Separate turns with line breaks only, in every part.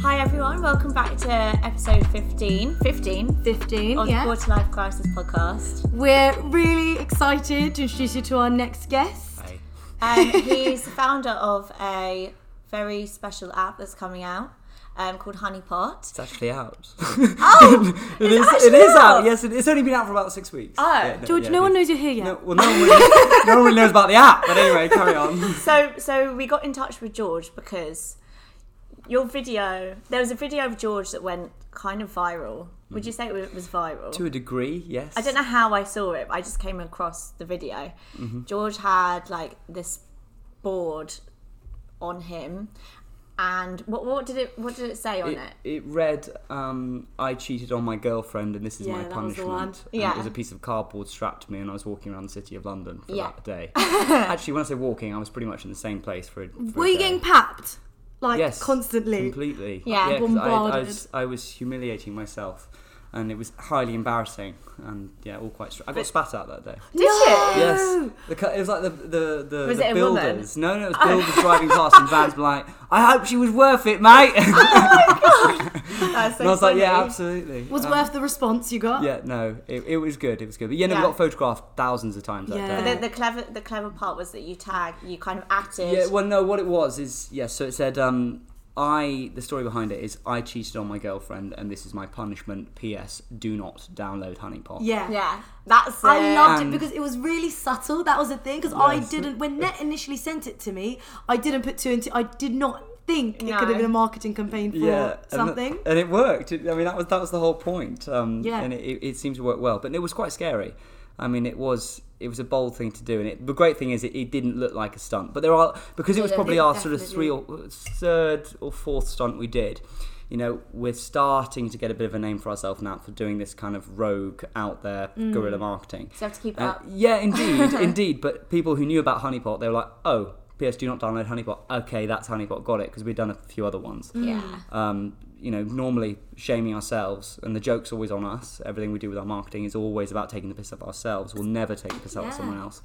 Hi everyone, welcome back to episode 15, 15
15.
of
yeah.
the Quarter Life Crisis podcast.
We're really excited to introduce you to our next guest.
Hey.
Um, he's the founder of a very special app that's coming out um, called Honey Pot.
It's actually out.
Oh,
it is.
actually
it is out.
out?
Yes, it, it's only been out for about six weeks.
Oh.
George, no one knows you're here yet.
Uh, No, well, no one, really, no one really knows about the app. But anyway, carry on.
so so we got in touch with George because your video. There was a video of George that went kind of viral. Would you say it was viral?
To a degree, yes.
I don't know how I saw it, but I just came across the video.
Mm-hmm.
George had like this board on him, and what what did it what did it say on
It,
it?
it read, um, "I cheated on my girlfriend, and this is
Yeah,
my
that was the
punishment."
one.
And
Yeah.
It was a piece of cardboard strapped to me, and I was walking around the city of London for
Yeah.
that day. actually, when I say walking, I was pretty much in the same place for. A, for a
Were you
day.
getting papped? Like
yes,
constantly.
completely.
Yeah.
'cause I, I,
Bombarded.
was, I was humiliating myself, and it was highly embarrassing, and yeah, all quite. Str- I got spat at that day.
Did you?
Yes, the, cu- it was like the the the,
Was
the
it a woman? Oh.
builders. No, no, it was builders driving past, and vans were like, "I hope she was worth it, mate." and
That's so
I was like, "Yeah,
funny.
absolutely."
Was
Um,
worth the response you got.
Yeah, no, it, it was good. It was good. But yeah, no,
Yeah.
we got photographed thousands of times
Yeah.
that day.
But the, the clever the clever part was that you tag you kind of acted.
Yeah, well, no, what it was is, yeah, so it said, um, I, the story behind it is, I cheated on my girlfriend and this is my punishment. P.S. Do not download Honeypot.
Yeah.
Yeah, that's
I
it.
loved it
And-
because it was really subtle. That was the thing because I
Yes.
didn't. When Net initially sent it to me, I didn't put two and two. I did not think it
No.
could have been a marketing campaign for
Yeah, and th-
something.
and, it worked. It- I mean, that was that was the whole point. Um,
Yeah.
and it, it, it seemed to work well, but it was quite scary. I mean, it was it was a bold thing to do, and it, the great thing is it, it didn't look like a stunt. But there are because it was
Yeah,
probably
it
our sort of
definitely-
three or third or fourth stunt we did. You know, we're starting to get a bit of a name for ourselves now for doing this kind of rogue out there
Mm.
guerrilla marketing.
So you have to keep
Uh,
up.
yeah, indeed, indeed. But people who knew about Honeypot, they were like, "Oh, PS, do not download Honeypot." Okay, that's Honeypot. Got it? Because we've done a few other ones.
Yeah.
Um, you know, normally shaming ourselves, and the joke's always on us. Everything we do with our marketing is always about taking the piss out of ourselves. We'll never take the piss out of
Yeah.
someone else.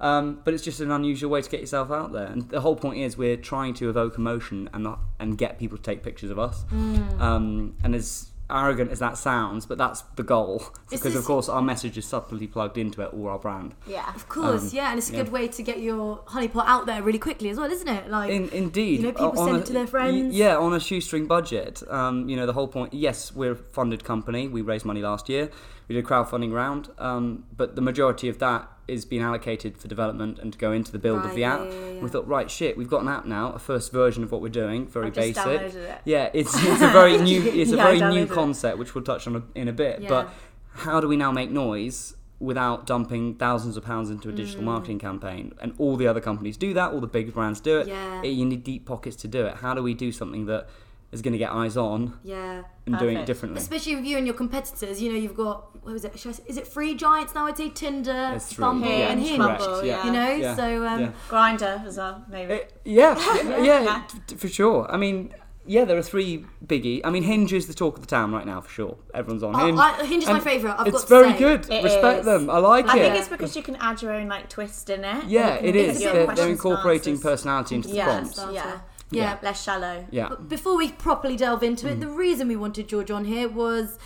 Um, but it's just an unusual way to get yourself out there. And the whole point is we're trying to evoke emotion and not, and get people to take pictures of us.
Mm.
Um, and as arrogant as that sounds, but that's the goal
This
because of
is-
course our message is subtly plugged into it or our brand.
Yeah.
Of course,
Um,
yeah, and it's a
yeah.
good way to get your honeypot out there really quickly as well, isn't it? Like,
In, indeed,
You know, people
Uh, on
send
a-
it to their
y-
friends.
yeah, on a shoestring budget. Um, you know, the whole point. Yes, we're a funded company. We raised money last year. We did a crowdfunding round, um, but the majority of that is being allocated for development and to go into the build
Right,
of the
yeah,
app.
yeah, yeah, yeah.
We thought, right, shit, we've got an app now, a first version of what we're doing, very
I just
basic.
downloaded it.
Yeah, it's it's a very new it's a
Yeah, I
very new
downloaded it.
concept, which we'll touch on a, in a bit.
Yeah.
But how do we now make noise without dumping thousands of pounds into a digital
Mm.
marketing campaign? And all the other companies do that, all the big brands do it.
Yeah.
It- you need deep pockets to do it. How do we do something that is going to get eyes on
yeah.
and doing
Perfect.
it differently?
Especially with you and your competitors, you know, you've got, what was it? Should I say, is it Free Giants now? I'd say Tinder,
That's true.
Bumble,
Yeah,
and Hinge.
correct,
Bumble,
yeah.
You know,
Yeah,
so um,
yeah.
Grinder as well, maybe.
Uh, yeah, yeah, yeah,
Yeah.
t- t- for sure. I mean, yeah, there are three biggie. I mean, Hinge is the talk of the town right now, for sure. Everyone's on Hinge.
Oh, I, I, Hinge is my
And
favourite. I've got
it's
to
very
say.
good.
It
Respect
is.
them. I like
I
it.
think it's because you can add your own like twist in it.
yeah,
And you
it
can
is.
do your
They're,
questions
they're
and
incorporating
answers.
personality into the
Yeah,
prompts.
so-
Starter.
Yeah.
yeah.
less shallow.
Yeah. Mm.
But before we properly delve into it, the reason we wanted George on here was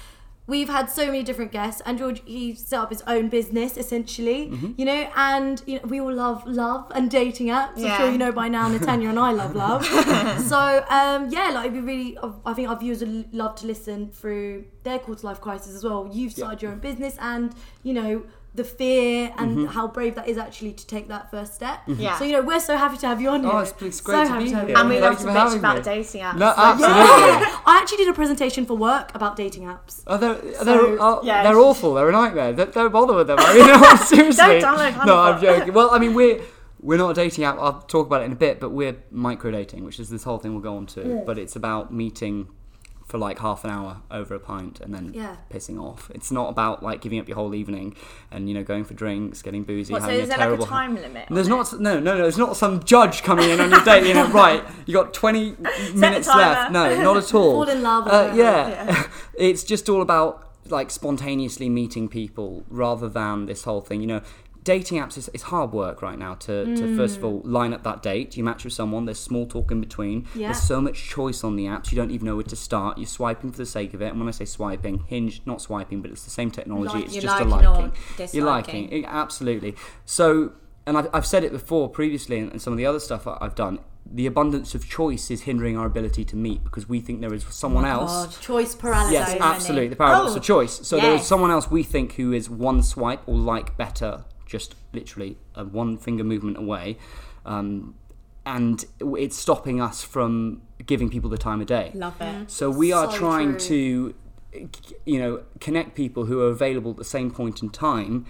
we've had so many different guests, and George he set up his own business essentially,
Mm-hmm.
you know, and you know, we all love love and dating apps.
Yeah.
I'm sure you know by now, Natanya and I love love. so um, yeah, like it'd be really, I think our viewers would love to listen through their quarter life crisis as well. You've
Yeah.
started your own business, and you know. The fear and
Mm-hmm.
how brave that is actually to take that first step.
Yeah.
So you know we're so happy to have you on here.
Oh, it's- it's great
so
to
happy
be
to have
here.
you on
And we
Yeah.
love
Thank
to
you for
bitch
having
about
me.
dating apps.
No,
Like,
absolutely.
I actually did a presentation for work about dating apps.
Oh, they're, they're, oh,
yeah.
they're awful. They're a nightmare. Don't, don't bother with them. I mean, no, seriously.
download Honeypot.
no, I'm joking. Well, I mean, we're we're not a dating app. I'll talk about it in a bit, but we're micro dating, which is this whole thing we'll go on to. But it's about meeting for like half an hour over a pint and then
Yeah.
pissing off. It's not about like giving up your whole evening and you know going for drinks, getting boozy,
what, so
having
is
a
there
terrible.
like a time limit?
There's not no no no. There's not some judge coming in on your date. You know, right? You got 20 minutes
timer.
left. No, not at all.
Fall in love or
Uh,
whatever.
yeah, it's just all about like spontaneously meeting people rather than this whole thing. You know, dating apps is it's hard work right now to, to first of all line up that date. You match with someone, there's small talk in between.
Yeah.
There's so much choice on the apps, you don't even know where to start. You're swiping for the sake of it. And when I say swiping, hinge, not swiping, but it's the same technology,
Like-
it's
you're
just a
liking or
liking. You're
disliking.
liking. Yeah, absolutely. So, and I've, I've said it before previously, and and some of the other stuff I- I've done. The abundance of choice is hindering our ability to meet because we think there is someone else.
God.
Choice paralysis.
Yes,
Oh, So many.
absolutely. The paradox
Oh,
of choice. So there is
yes.
someone else we think who is one swipe or like better, just literally a one finger movement away, um, and it's stopping us from giving people the time of day.
Love it.
So we are
So
trying
true.
to, you know, connect people who are available at the same point in time,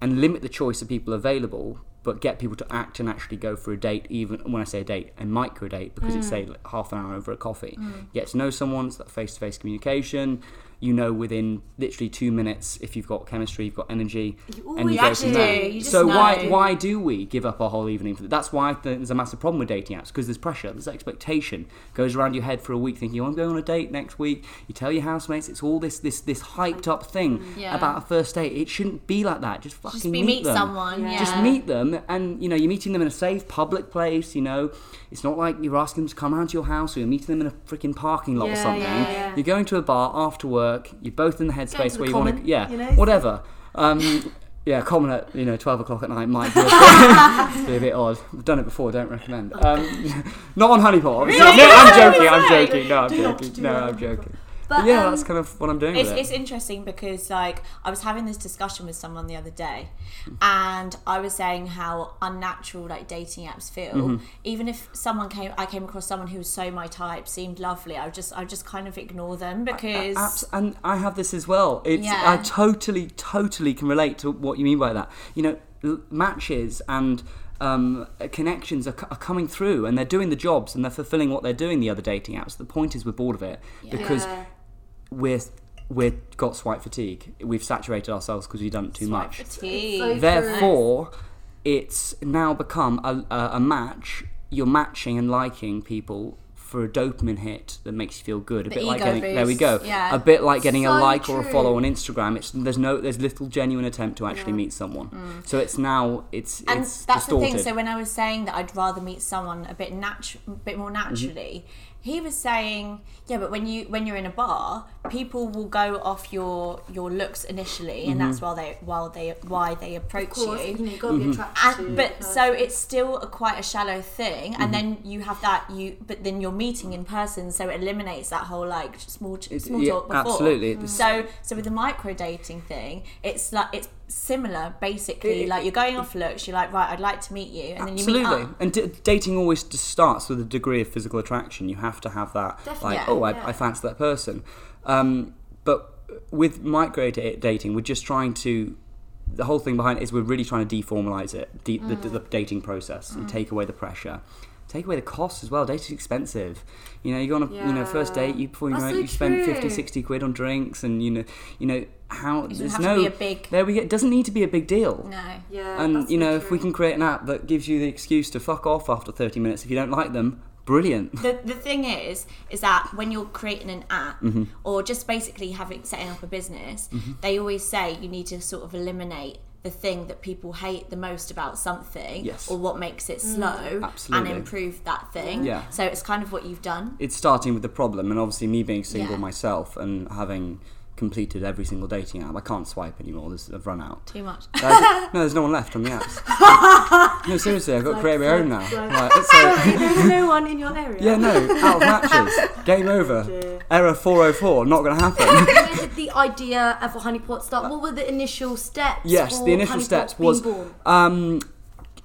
and limit the choice of people available, but get people to act and actually go for a date. Even when I say a date, a micro date, because
Mm.
it's say like half an hour over a coffee. Get to know someone. It's that face to face communication. You know, within literally two minutes, if you've got chemistry, you've got energy,
You
and you
always
go from
do.
there.
You just
so why
know.
why do we give up our whole evening for that? That's why I think there's a massive problem with dating apps because there's pressure, there's expectation goes around your head for a week, thinking oh, I'm going on a date next week. You tell your housemates it's all this this this hyped up thing
Yeah.
about a first date. It shouldn't be like that. Just fucking
Just be,
meet,
meet
them.
someone. Yeah.
Yeah.
Just meet them, and you know you're meeting them in a safe public place. You know, it's not like you're asking them to come round to your house, or you're meeting them in a freaking parking lot or
Yeah,
something.
yeah, yeah.
You're going to a bar after work. You're both in the headspace
the
where you want
common,
to, yeah,
you know?
whatever. Um, yeah, common at you know twelve o'clock at night might be a, be a bit odd. I've done it before. Don't recommend. Um, not on honeypot. obviously. No, I'm joking. I'm joking. No, I'm
Do not do
joking. No,
that.
I'm joking.
But,
But yeah,
um,
that's kind of what I'm doing.
It's,
with it.
it's interesting because like I was having this discussion with someone the other day, and I was saying how unnatural like dating apps feel.
Mm-hmm.
Even if someone came, I came across someone who was so my type, seemed lovely. I would just I would just kind of ignore them because
Abs- and I have this as well. It's
Yeah.
I totally, totally can relate to what you mean by that. You know, l- matches and um, connections are, c- are coming through, and they're doing the jobs, and they're fulfilling what they're doing. The other dating apps. The point is, we're bored of it because
Yeah.
we're we've got swipe fatigue. We've saturated ourselves because we've done it too much.
fatigue.
So
Therefore, it's now become a, a, a match. You're matching and liking people for a dopamine hit that makes you feel good. A bit like
ego
getting, there we go.
boost, yeah.
A bit like getting a
So
like or a
true.
follow on Instagram. It's there's no there's little genuine attempt to actually
Yeah.
meet someone. So it's now it's
Mm. and
it's
that's
distorted.
the thing. So when I was saying that I'd rather meet someone a bit natural, bit more naturally, he was saying, yeah, but when you when you're in a bar, people will go off your your looks initially, and
Mm-hmm.
that's why they while they why they approach
Of course,
you.
you know, you've got
Mm-hmm.
to be attracted to
And,
the
but
person.
so it's still a, quite a shallow thing,
Mm-hmm.
and then you have that you, but then you're meeting in person, so it eliminates that whole like small
It-
small
yeah,
talk before.
absolutely. Mm.
So so with the micro dating thing, it's like it's similar basically.
It-
like you're going off looks, you're like right, I'd like to meet you, and then you meet
Absolutely,
up.
and d- dating always just starts with a degree of physical attraction. You have to have that,
Definitely,
like, oh, I,
yeah.
I fancy that person. Um, but with micro da- dating, we're just trying to. The whole thing behind it is we're really trying to deformalize it, de- the,
Mm.
the dating process, and take away the pressure, take away the costs as well. Dating's expensive. You know, you go on a you know first
Yeah.
date, you before you
That's
know
so
it, you spend
true.
50, 60 quid on drinks, and you know, you know how
doesn't
there's
have to
no
be a big-
there we go. It doesn't need to be a big deal
No.
yeah,
and
that's
you
so
know if we
true.
can create an app that gives you the excuse to fuck off after 30 minutes if you don't like them brilliant
The, the thing is, is that when you're creating an app
Mm-hmm.
or just basically having setting up a business, they always say you need to sort of eliminate the thing that people hate the most about something
Yes.
or what makes it slow
Absolutely.
and improve that thing.
Yeah.
So it's kind of what you've done.
it's starting with the problem and obviously me being single
Yeah.
myself and having completed every single dating app i can't swipe anymore this, i've run out
Too much.
There's- no there's no one left on the apps no seriously i've got to create my own now Right, it's like-
There's no one in your area.
yeah no out of matches game
Oh,
over error 404 not gonna happen
Where did the idea of a honeypot start? What were the initial steps?
Yes,
for
the initial
honeypot
steps
being
was
born?
um,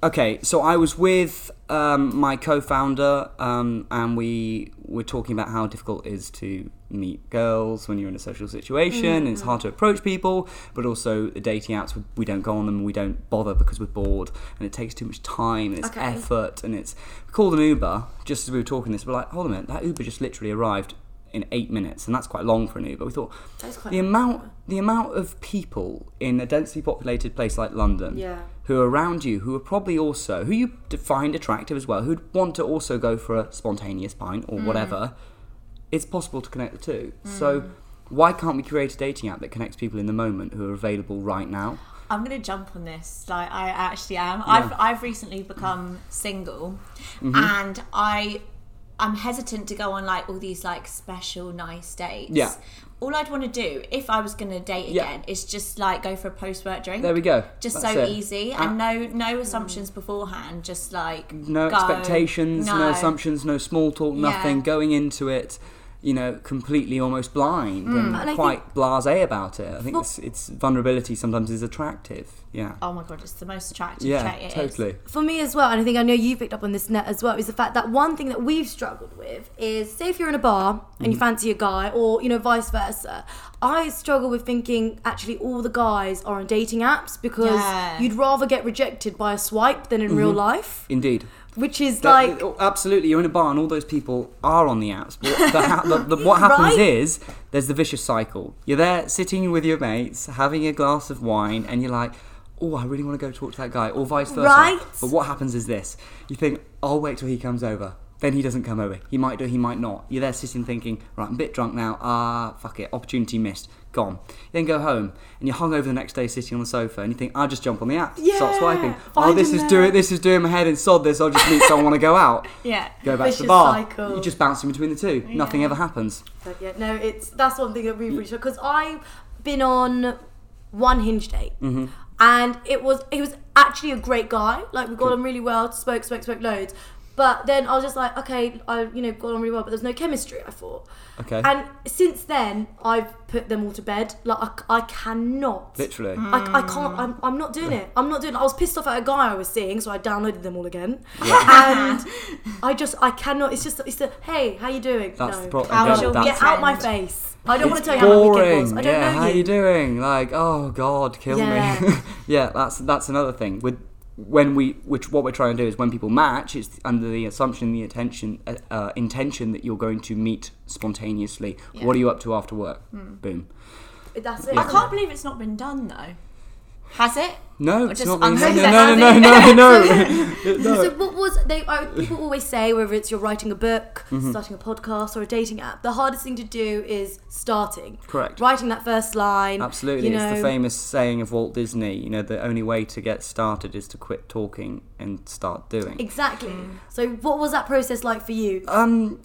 okay. So I was with um, my co-founder, um, and we were talking about how difficult it is to meet girls when you're in a social situation. And it's
Mm-hmm.
hard to approach people, but also the dating apps we- we don't go on them, and we don't bother because we're bored, and it takes too much time, and it's
Okay.
effort, and it's we called an Uber. Just as we were talking this, we're like, hold a minute, that Uber just literally arrived in eight minutes, and that's quite long for an Uber. We thought
That's quite
the amount the amount of people in a densely populated place like London
Yeah.
who are around you who are probably also who you d- find attractive as well who'd want to also go for a spontaneous pint
Mm.
or whatever it's possible to connect the two so why can't we create a dating app that connects people in the moment who are available right now
I'm gonna jump on this. Like I actually am. I've I've recently become single,
Mm-hmm.
and I I'm hesitant to go on like all these like special nice dates.
Yeah.
All I'd want to do if I was gonna date
Yeah.
again is just like go for a post work drink.
There we go.
Just
That's
so
it.
easy
Uh,
and no no assumptions beforehand. Just like
no
go.
expectations, no. assumptions, no small talk,
Yeah.
nothing. Going into it, you know, completely almost blind
Mm.
And I
and quite blasé about it. I think
Well-
it's, it's vulnerability sometimes is attractive. Yeah.
Oh my god, it's the most attractive
yeah,
trait. it is.
totally.
for me as well, and I think I know you picked up on this net as well, is the fact that one thing that we've struggled with is say if you're in a bar and you fancy a guy, or you know, vice versa. I struggle with thinking actually all the guys are on dating apps because
Yeah.
you'd rather get rejected by a swipe than in real life,
Indeed.
which is
That-
like
oh, absolutely, you're in a bar and all those people are on the apps. But what- the ha- the, the, what happens
Right?
is there's the vicious cycle. You're there sitting with your mates, having a glass of wine, and you're like, "Oh, I really want to go talk to that guy," or vice versa.
Right?
But what happens is this: you think, "I'll wait till he comes over." Then he doesn't come over. He might do. He might not. You're there sitting thinking, "Right, I'm a bit drunk now. Ah, fuck it. Opportunity missed. Gone." then go home and you're hungover the next day, sitting on the sofa, and you think, "I'll just jump on the app, start
Yeah,
swiping. Oh,
find
this
him
is
there."
doing this is doing my head in. Sod this. I'll just meet someone. I want to go out."
Yeah.
go back to the
Vicious
bar.
cycle.
You're just bouncing between the two. Nothing ever happens.
But yeah, no, it's that's one thing that we've
Mm.
reached because I've been on one hinge date,
Mm-hmm.
and it was he was actually a great guy. Like we got on really well, spoke, spoke, spoke loads. But then I was just like, okay, I you know got on really well, but there's no chemistry. I thought,
Okay.
and since then I've put them all to bed. Like I, I cannot.
Literally.
I, I can't. I'm, I'm not doing it. I'm not doing. It. I was pissed off at a guy I was seeing, so I downloaded them all again. And I just I cannot. It's just it's the hey, how you doing?
That's
no.
the problem.
How is your
that's
Get
friend.
out my face. I don't want
it's
to tell you how my weekend was.
boring.
I don't
yeah,
know
how
you.
you doing? Like, oh god, kill me.
Yeah.
yeah, that's that's another thing. With when we, which what we're trying to do is when people match, it's under the assumption, the attention, uh, uh, intention that you're going to meet spontaneously. What are you up to after work?
Hmm.
Boom.
That's it.
I can't believe it's not been done though. Has it?
No,
Or
it's
just
not. being-
unhook
no,
that
no, no,
hand
no, no, no.
So what was they? I, people always say whether it's you're writing a book,
Mm-hmm.
starting a podcast, or a dating app, the hardest thing to do is starting.
Correct.
Writing that first line.
Absolutely,
you
it's the
know,
famous saying of Walt Disney. You know, the only way to get started is to quit talking and start doing.
Exactly. So what was that process like for you?
Um,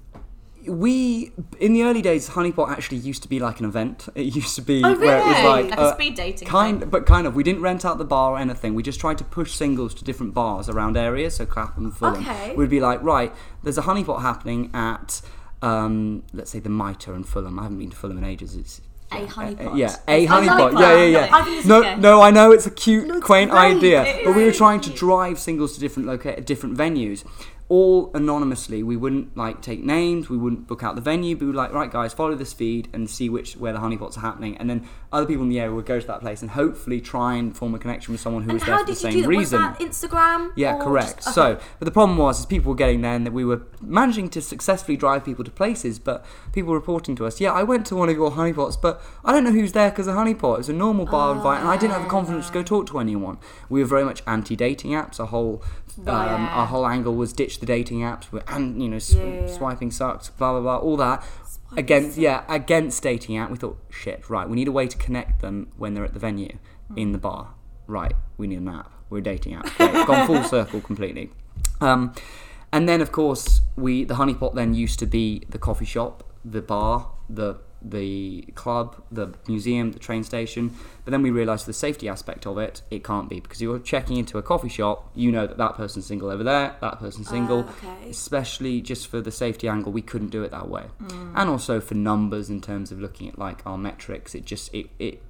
we in the early days, Honeypot actually used to be like an event. It used to be where it was
Oh, really?
like,
Like a
uh,
speed dating
kind, but kind of. We didn't rent out the bar or anything. We just tried to push singles to different bars around areas, so Clapham, Fulham.
Okay.
We'd be like, right, there's a Honeypot happening at. Um, let's say the Mitre in Fulham. I haven't been to Fulham in ages. It's
A
yeah,
honeypot.
yeah, a
It's
like
honeypot.
that.
Yeah, yeah,
I think
yeah.
it's
No,
okay.
no, I know it's a cute,
No, it's
quaint
great.
idea,
It
but we were
is.
trying to drive singles to different loca- different venues, all anonymously. We wouldn't like take names. We wouldn't book out the venue. But we were like, right, guys, follow this feed and see which where the honeypots are happening, and then other people in the area would go to that place and hopefully try and form a connection with someone who
and
was there
how
for the
did you
same
do that?
reason.
Was that Instagram?
Yeah,
or
correct.
just- oh,
So, but the problem was is people were getting there, and that we were managing to successfully drive people to places, but people were reporting to us, yeah, I went to one of your honeypots, but I don't know who's there because of honeypot. It was a normal
Oh,
bar invite, and I didn't have the confidence to go talk to anyone. We were very much anti-dating apps. Our whole, um,
Yeah.
our whole angle was ditch the dating apps. We're and you know sw-
Yeah, yeah, yeah.
swiping sucks, blah blah blah, all that.
Ah,
Against yeah, against dating app, we thought shit. Right, we need a way to connect them when they're at the venue, in the bar. Right, we need an app. We're a dating app. Great. Gone full circle completely. Um, and then of course we the honeypot then used to be the coffee shop, the bar, the the club, the museum, the train station. But then we realised the safety aspect of it, it can't be because you're checking into a coffee shop. You know that that person's single over there, that person's single.
okay.
Especially just for the safety angle, we couldn't do it that way. And also for numbers in terms of looking at like our metrics, it just it, it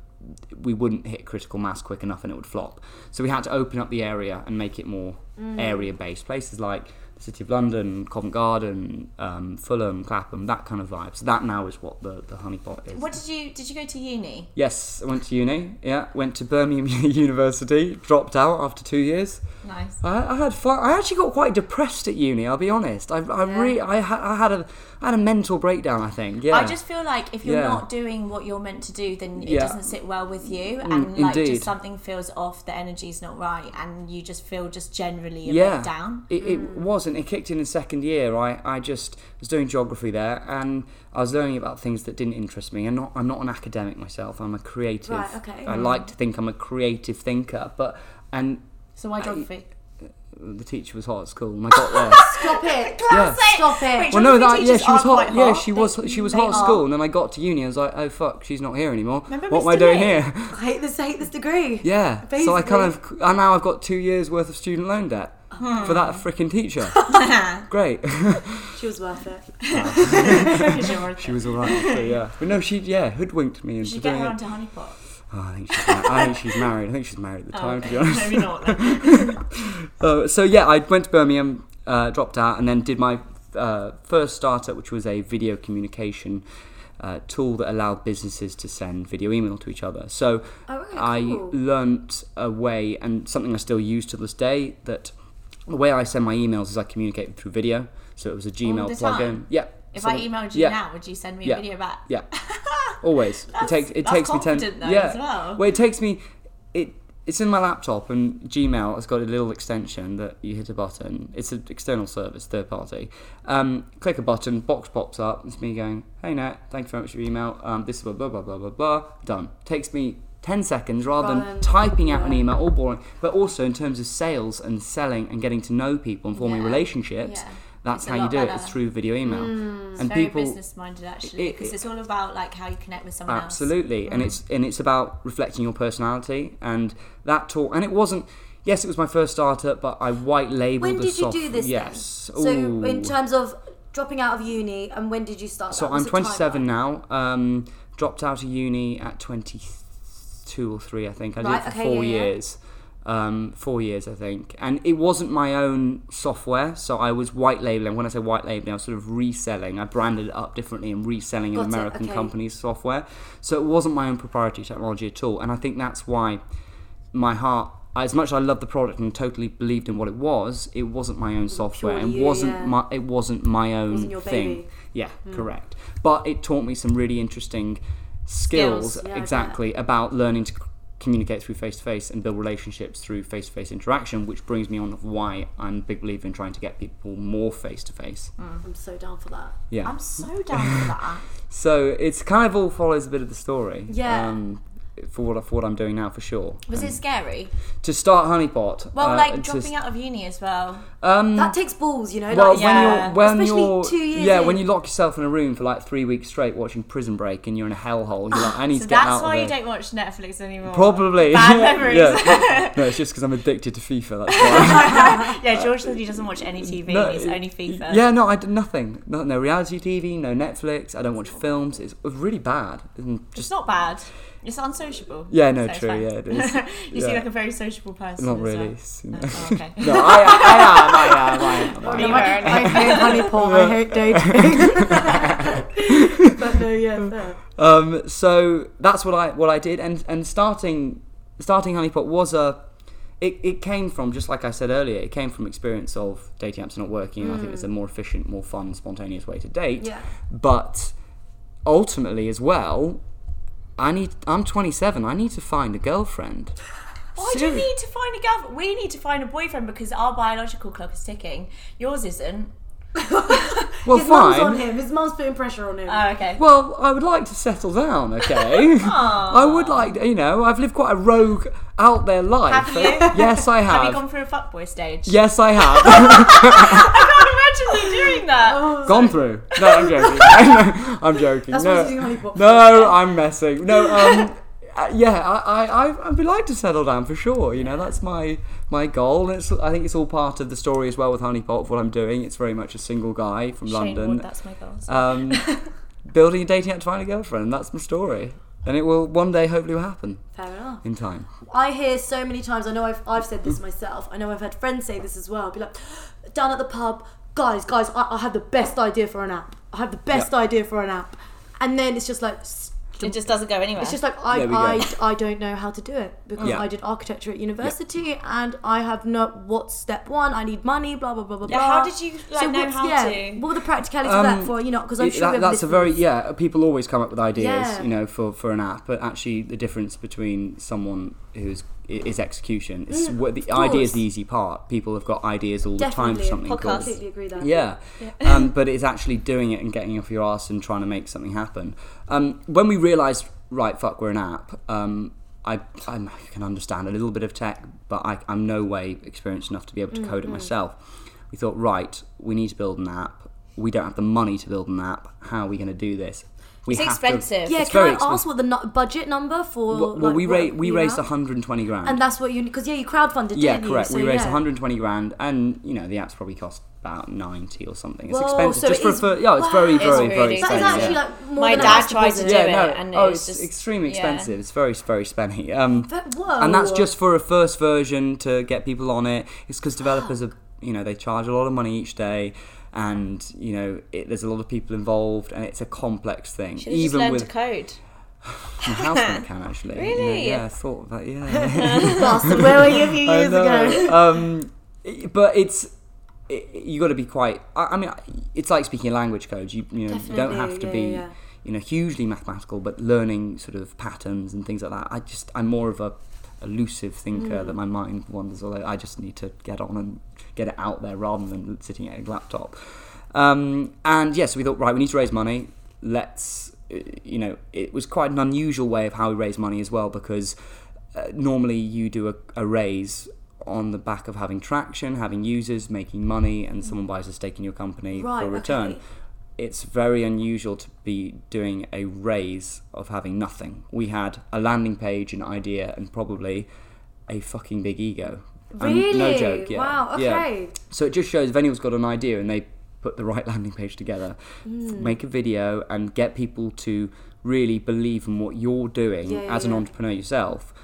we wouldn't hit critical mass quick enough and it would flop. So we had to open up the area and make it more area based. Places like the City of London, Covent Garden, um, Fulham, Clapham, that kind of vibe. So that now is what the, the honeypot is.
What did you did you go to uni?
Yes, I went to uni. Yeah, went to Birmingham University. Dropped out after two years.
Nice.
I, I had fun. I actually got quite depressed at uni. I'll be honest. I, I
Yeah.
really, I, ha- I had a, I had a mental breakdown. I think. Yeah.
I just feel like if you're
Yeah.
not doing what you're meant to do, then it
Yeah.
doesn't sit well with you,
Mm,
and like
indeed.
just something feels off. The energy's not right, and you just feel just generally a
yeah.
bit down.
It, it was, and wasn't. It kicked in in second year. I, I just was doing geography there, and I was learning about things that didn't interest me. And not, I'm not an academic myself. I'm a creative.
Right, okay.
I like to think I'm a creative thinker, but and
So why geography?
the teacher was hot at school, and I got there.
Stop it.
Yeah.
Stop it.
Wait,
well, no,
geography
that yeah,
teachers
she was
are
hot.
quite
Yeah, she was
They-
she was
they
hot at
are.
school, and then I got to uni. I was like, oh fuck, she's not here anymore.
Remember
what am
Mr.
I doing
Lee?
here?
I hate this. I hate this degree.
Yeah. So I kind
Basically.
of and now I've got two years worth of student loan debt for that freaking teacher. Great.
She was worth it.
She was alright. actually, yeah. But no, she yeah hoodwinked me into
Did you
doing
get her
it.
onto Honeypot?
Oh, I think she's married. I think she's married. I
Oh,
think she's married at the time. To be honest.
Maybe not. Then.
Uh, so yeah, I went to Birmingham, uh, dropped out, and then did my uh, first startup, which was a video communication uh, tool that allowed businesses to send video email to each other. So
Oh, okay,
I
cool.
learnt a way, and something I still use to this day, that the way I send my emails is I communicate through video. So it was a Gmail
the
plugin.
time?
Yeah.
If
So-
I emailed you
yeah.
now, would you send me
Yeah.
a video back?
Yeah. Always. it
That's-
takes it
that's
takes me ten.
confident though
yeah.
as well.
it takes me. It it's in my laptop and Gmail has got a little extension that you hit a button. It's an external service, third party. Um, click a button, box pops up. It's me going, hey Nat, thank you very much for your email. Um, this is blah blah blah blah blah blah. Done. Takes me. 10 seconds rather than,
Rather than-
typing out an
yeah.
email, all boring, but also in terms of sales and selling and getting to know people and forming
Yeah.
relationships,
Yeah.
that's
It's a
how you
lot
do it.
better.
It's through video email.
It's
and
very
people
business minded actually,
it-
because it's all about like how you connect with someone else.
Absolutely,
Mm.
and it's and it's about reflecting your personality and that talk. And it wasn't. Yes, it was my first startup, but I white labeled.
When
the
did you
soft-
do this?
Yes.
Then? So
Ooh.
in terms of dropping out of uni, and when did you start?
so
that?
I'm
What's the
27
timeline?
now. Um, dropped out of uni at 22 or three, I think. I
Right,
did it for
okay,
four
yeah, yeah.
years. Um, four years, I think, and it wasn't my own software, so I was white labeling. When I say white labeling, I was sort of reselling. I branded it up differently and reselling
Got
an
it,
American
okay.
company's software. So it wasn't my own proprietary technology at all, and I think that's why my heart, as much as I loved the product and totally believed in what it was, it wasn't my own software.
Purely
It
you,
wasn't
yeah.
my. It wasn't my own
Wasn't your
thing.
baby.
Yeah,
Hmm.
correct. But it taught me some really interesting skills,
Skills, yeah, I bet.
exactly, about learning to c- communicate through face to face and build relationships through face to face interaction, which brings me on of why I'm a big believer in trying to get people more face to face.
I'm so down for that.
Yeah.
I'm so down for that.
so it's kind of all follows a bit of the story.
Yeah.
Um, for what, I- for what I'm doing now, for sure. Um,
Was it scary?
To start Honeypot.
Well,
uh,
like
and to
dropping
s-
out of uni as well.
Um,
That takes balls, you know.
Well,
like,
yeah.
when
Especially
you're, when
two
you're,
years
yeah,
in.
when you lock yourself in a room for like three weeks straight watching Prison Break and you're in a hellhole, you're like, I need
So
to get out
that's
of
why you
it.
don't watch Netflix anymore.
Probably.
Bad memories.
yeah. No, it's just because I'm addicted to FIFA. That's why.
yeah, George said he doesn't watch any TV.
No,
it's only FIFA.
Yeah, no, I did nothing. No, no reality TV, no Netflix. I don't watch films. It's really bad. And
It's
just
not bad. It's unsociable.
yeah, no,
So it's
true.
fine.
Yeah, it is.
you
yeah.
seem like a very sociable person.
not
as
really.
Well.
it's- no.
Oh, okay.
No, I, I am. I am. I am. I am.
Be
oh, I,
very
I hate honey pot. I hate dating. but no, yeah, fair.
Um, so that's what I what I did, and and starting starting Honeypot was a it, it came from just like I said earlier, it came from experience of dating apps not working. And I think
Mm.
it's a more efficient, more fun, spontaneous way to date.
Yeah.
But ultimately, as well, I need I'm 27. I need to find a girlfriend.
Why do you
Seriously.
need to find a girlfriend? We need to find a boyfriend because our biological clock is ticking. Yours isn't.
Well,
His mum's on
fine.
him. His mum's putting pressure on him.
Oh, okay.
Well, I would like to settle down, okay? I would like, you know, I've lived quite a rogue, out there life.
Have you?
Yes, I have.
Have you gone through a fuckboy stage?
yes, I have.
I can't imagine you doing that.
Gone through. No, I'm joking. I'm joking.
That's
no,
what he's doing honey pot.
no, I'm messing. No, um, uh, yeah, I, I, I- I'd be like to settle down for sure. You know, that's my my goal, and it's, I think it's all part of the story as well with Honeypot. of What I'm doing, it's very much a single guy from
Shane Ward,
London,
that's my goal.
um, building a dating app to find a girlfriend. That's my story, and it will one day hopefully will happen
Fair enough.
in time.
I hear so many times, I know I've, I've said this myself, I know I've had friends say this as well, be like, down at the pub, guys, guys, I, I have the best idea for an app. I have the best
Yeah.
idea for an app. And then it's just like, s-
it just doesn't go anywhere.
it's just like, I,
There we go.
I, I don't know how to do it because
Yeah.
I did architecture at university and I have not, what's step one? I need money, blah, blah, blah, blah,
Yeah,
blah.
uh,
how did you, like, know
what's-
how
yeah,
to?
What were the practicalities of
Um,
that for, you know, because I'm
It-
sure
that-
we have
that's a
listeners.
very yeah. People always come up with ideas,
Yeah.
you know, for for an app. But actually, the difference between someone who's is execution. It's where the idea
Mm, course.
is the easy part. People have got ideas all the time for
Definitely.
something.
I
Podcast.
cool.
completely agree that.
Yeah. um, but it's actually doing it and getting off your ass and trying to make something happen. Um, when we realised, right, fuck, we're an app. Um, I, I'm- I can understand a little bit of tech, but I, I'm no way experienced enough to be able to
Mm-hmm.
code it myself. We thought, right, we need to build an app. We don't have the money to build an app. How are we going to do this? We
It's
have to-
expensive.
Yeah,
It's
can
very
I ask
expensive.
what the nu- budget number for?
Well, well,
like,
we,
what
ra- we
you
raised
know?
120 grand.
And that's what you because yeah, you crowdfunded.
Yeah,
didn't
correct.
You? So,
we raised
yeah.
120 grand, and you know the app's probably cost about 90 or something. It's
Whoa,
expensive
so
just
it
for,
is-
for yeah, it's very,
Wow.
very,
It's really
very
That
expensive.
is
expensive.
actually
yeah.
like more
My
than a
dad
house
tried to
deposit.
do it.
yeah, no,
and it
oh,
was
it's
just-
extremely
yeah.
expensive. It's very, very spenny. Um,
But, whoa.
and that's just for a first version to get people on it. It's because developers are, you know, they charge a lot of money each day, and you know, it, there's a lot of people involved, and it's a complex thing.
Should have just
Even
learned to
with
code.
my housemate can actually. You know,
Really?
yeah, I thought of that. Yeah.
bastard. Where were you a few years ago?
um, i- but it's i you got to be quite. I, I mean, it's like speaking a language code. You you, know, you don't
Definitely,
have to
yeah,
be
yeah, yeah.
you know hugely mathematical, but learning sort of patterns and things like that. I just I'm more of a elusive thinker
Hmm.
that my mind wanders all over. I just need to get on and get it out there rather than sitting at a laptop. Um, and yes, we thought right, we need to raise money. Let's uh, you know, it was quite an unusual way of how we raise money as well because uh, normally you do a, a raise on the back of having traction, having users, making money, and someone buys a stake in your company
Right,
for a return.
okay.
It's very unusual to be doing a raise of having nothing. We had a landing page, an idea, and probably a fucking big ego. And
Really?
Um, no joke. Yeah.
Wow.
yeah.
Okay.
So it just shows if anyone's got an idea and they put the right landing page together, f-
Hmm.
make a video and get people to really believe in what you're doing
Yeah, yeah,
as an
yeah.
entrepreneur yourself,